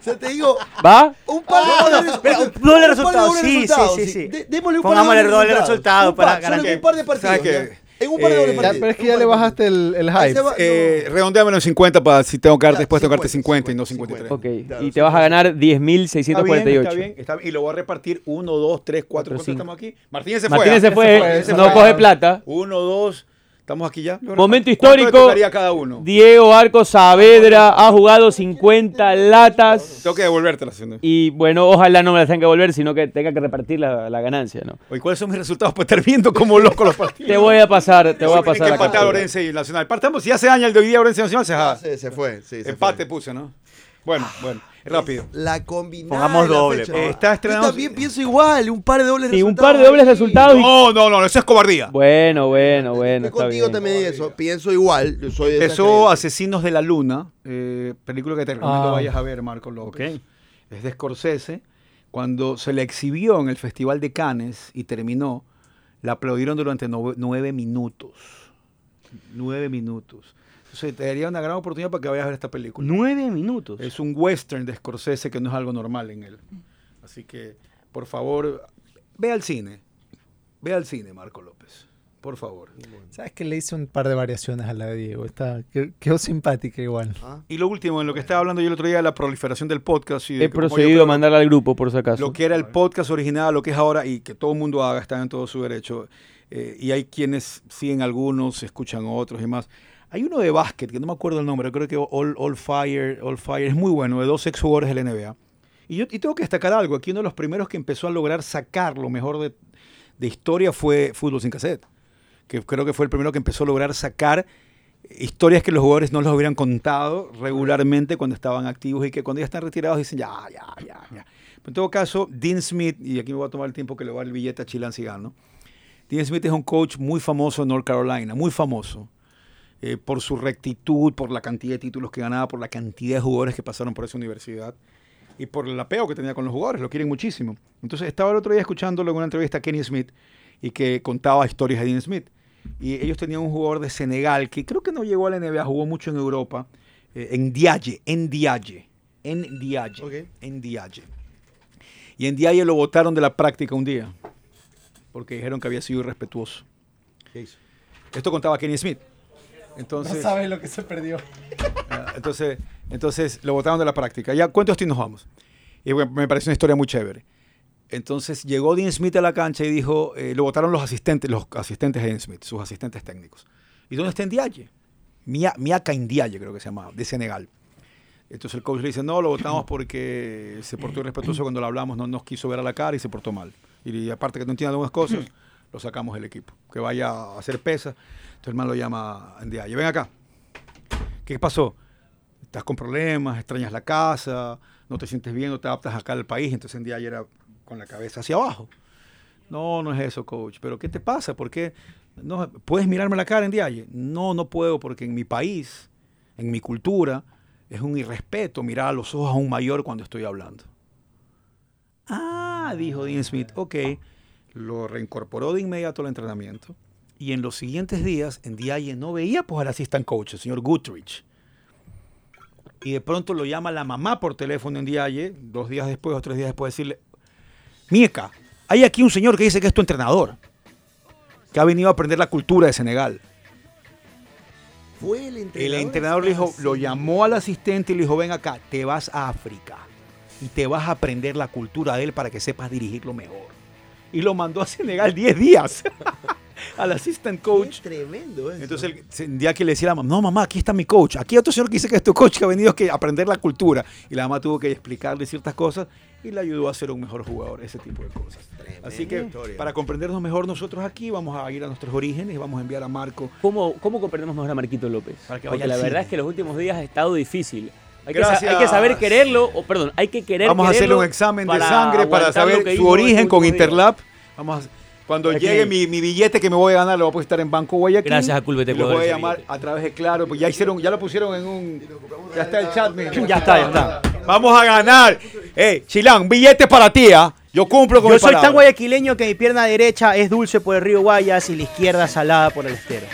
O sea, te digo, ¿Va un par de dólares. pero un- un dólar un par de resultado, dólares sí, sí, resultados, sí, sí. De- démosle un Pongámosle par de dólares resultados. dólares resultados Un par, para solo ganar. en un par de ¿Sabes partidos. qué? ya. En un par de Eh, dobles ya, ya- partidos. pero es que Un ya par le de bajaste partidos. el, el Ahí hype. se va, no. Eh, redondeámelo en 50 para si tengo que darte Ya, después tengo que darte 50 50, y no 53. 53. Ok, Claro, y te sí, vas a sí, ganar Está bien, está 10.648. bien, está bien. Y lo voy a repartir 1, 2, 3, 4. ¿Cuántos estamos aquí? Martínez se fue. eh, Martínez se fue, se no fue. coge plata. 1, 2, estamos aquí ya. Lo Momento reparto. ¿Cuánto le histórico. tocaría a cada uno? Diego Arco Saavedra ha jugado 50 latas. Tengo que devolvértela. ¿sí? ¿no? Y bueno, ojalá no me las tenga que volver, sino que tenga que repartir la, la ganancia, ¿no? Oye, ¿cuáles son mis resultados para estar viendo como loco los partidos? Te voy a pasar, te voy a pasar que la empatar captura. Orense y el Nacional. Partamos, si ya se daña el de hoy día Orense y Nacional, se Ah, jada. se, se fue. Sí, se Empate fue. puse, ¿no? Bueno, bueno, rápido. La combinada. Pongamos de la doble, fecha. por favor. Está estrenando- Yo también pienso igual. Un par de dobles Sí, un resultados. par de dobles resultados y- No, no, no, eso es cobardía. Bueno, bueno, bueno, Estoy está contigo bien. también en eso. Pienso igual. Yo soy de esas Empezó creencias. Asesinos de la Luna, eh, película que te recomiendo Ah. vayas a ver, Marco López. Es de Scorsese. Cuando se la exhibió en el Festival de Cannes y terminó, la aplaudieron durante nove- nueve minutos. Nueve minutos. Sí, te daría una gran oportunidad para que vayas a ver esta película. Nueve minutos. Es un western de Scorsese que no es algo normal en él. Así que, por favor, ve al cine. Ve al cine, Marco López. Por favor. ¿Sabes que le hice un par de variaciones a la de Diego? Está, que- quedó simpática igual. Y lo último, en lo que estaba hablando yo el otro día de la proliferación del podcast. Y de He que cómo yo procedido creo a mandarla al grupo, por si acaso. Lo que era el podcast original, a lo que es ahora, y que todo el mundo haga, está en todo su derecho. Eh, y hay quienes siguen algunos, escuchan otros y más. Hay uno de básquet, que no me acuerdo el nombre, creo que All, All Fire, All Fire, es muy bueno, de dos exjugadores de la NBA. Y yo y tengo que destacar algo, aquí uno de los primeros que empezó a lograr sacar lo mejor de, de historia fue Fútbol sin cassette, que creo que fue el primero que empezó a lograr sacar historias que los jugadores no los hubieran contado regularmente cuando estaban activos y que cuando ya están retirados dicen, ya, ya, ya, ya. Pero en todo caso, Dean Smith, y aquí me voy a tomar el tiempo que le va el billete a Chilan Cigano, Dean Smith es un coach muy famoso en North Carolina, muy famoso. eh, por su rectitud, por la cantidad de títulos que ganaba, por la cantidad de jugadores que pasaron por esa universidad y por el apego que tenía con los jugadores, lo quieren muchísimo. Entonces estaba el otro día escuchándolo en una entrevista a Kenny Smith y que contaba historias de Dean Smith. Y ellos tenían un jugador de Senegal que creo que no llegó a la NBA, jugó mucho en Europa, eh, en Dialle, en Dialle, en Dialle, en Dialle. Y en Dialle lo votaron de la práctica un día porque dijeron que había sido irrespetuoso. Esto contaba Kenny Smith. Entonces, lo que se perdió. Ah, Entonces, entonces lo botaron de la práctica. Ya, ¿cuántos tiros nos vamos? Y bueno, me pareció una historia muy chévere. Entonces llegó Dean Smith a la cancha y dijo, eh, lo votaron los asistentes, los asistentes de Dean Smith, sus asistentes técnicos. ¿Y dónde está Ndiaye? Mia, Miaka Ndiaye creo que se llamaba, de Senegal. Entonces el coach le dice, no, lo votamos porque se portó irrespetuoso cuando lo hablamos, no nos quiso ver a la cara y se portó mal. Y aparte que no entiende algunas cosas, lo sacamos del equipo, que vaya a hacer pesas. Entonces el man lo llama a Ndiaye, ven acá, ¿Qué pasó? Estás con problemas, extrañas la casa, no te sientes bien, no te adaptas acá al país. Entonces en día ayer era con la cabeza hacia abajo. No, no es eso, coach. ¿Pero qué te pasa? ¿Por qué? No, ¿Puedes mirarme la cara en día ayer? No, no puedo porque en mi país, en mi cultura, es un irrespeto mirar a los ojos a un mayor cuando estoy hablando. Ah, dijo Dean Smith. Ok. Lo reincorporó de inmediato al entrenamiento. Y en los siguientes días, en DIA no veía pues al assistant coach, el señor Goodrich. Y de pronto lo llama la mamá por teléfono en DIA, dos días después o tres días después, decirle, Mieca, hay aquí un señor que dice que es tu entrenador, que ha venido a aprender la cultura de Senegal. Fue el entrenador. El entrenador le dijo, lo llamó al asistente y le dijo, ven acá, te vas a África y te vas a aprender la cultura de él para que sepas dirigirlo mejor. Y lo mandó a Senegal 10 días al assistant coach. Qué tremendo eso. Entonces el sentía que le decía a la mamá, no mamá, aquí está mi coach, aquí hay otro señor que dice que es tu coach que ha venido que a aprender la cultura. Y la mamá tuvo que explicarle ciertas cosas y le ayudó a ser un mejor jugador, ese tipo de cosas. Así que historia. para comprendernos mejor nosotros aquí vamos a ir a nuestros orígenes y vamos a enviar a Marco. ¿Cómo, ¿Cómo comprendemos mejor a Marquito López? Para que Porque vaya al la verdad cine. es que los últimos días ha estado difícil. Hay que, sa- Gracias. hay que saber quererlo, o perdón, hay que querer Vamos a hacerle quererlo un examen de para sangre para aguantar lo saber que su hizo origen estos con últimos días. Interlab. Vamos a- cuando Aquí. llegue mi, mi billete que me voy a ganar, lo voy a depositar en Banco Guayaquil. Gracias a Culver Y Lo Ecuador voy a ese llamar billete. a través de Claro, pues ya hicieron, ya lo pusieron en un. Ya está el chat, miren. Ya está, ya está. Vamos a ganar. Eh, Chilán, billete para ti, ¿ah? Yo cumplo con Yo mi soy tan palabra. guayaquileño que mi pierna derecha es dulce por el río Guayas y la izquierda salada por el estero.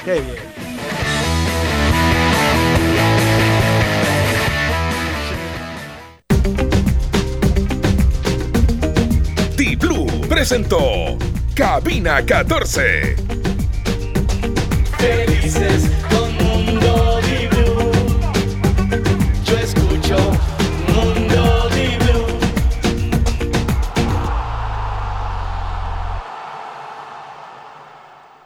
T-Blue presentó Cabina 14.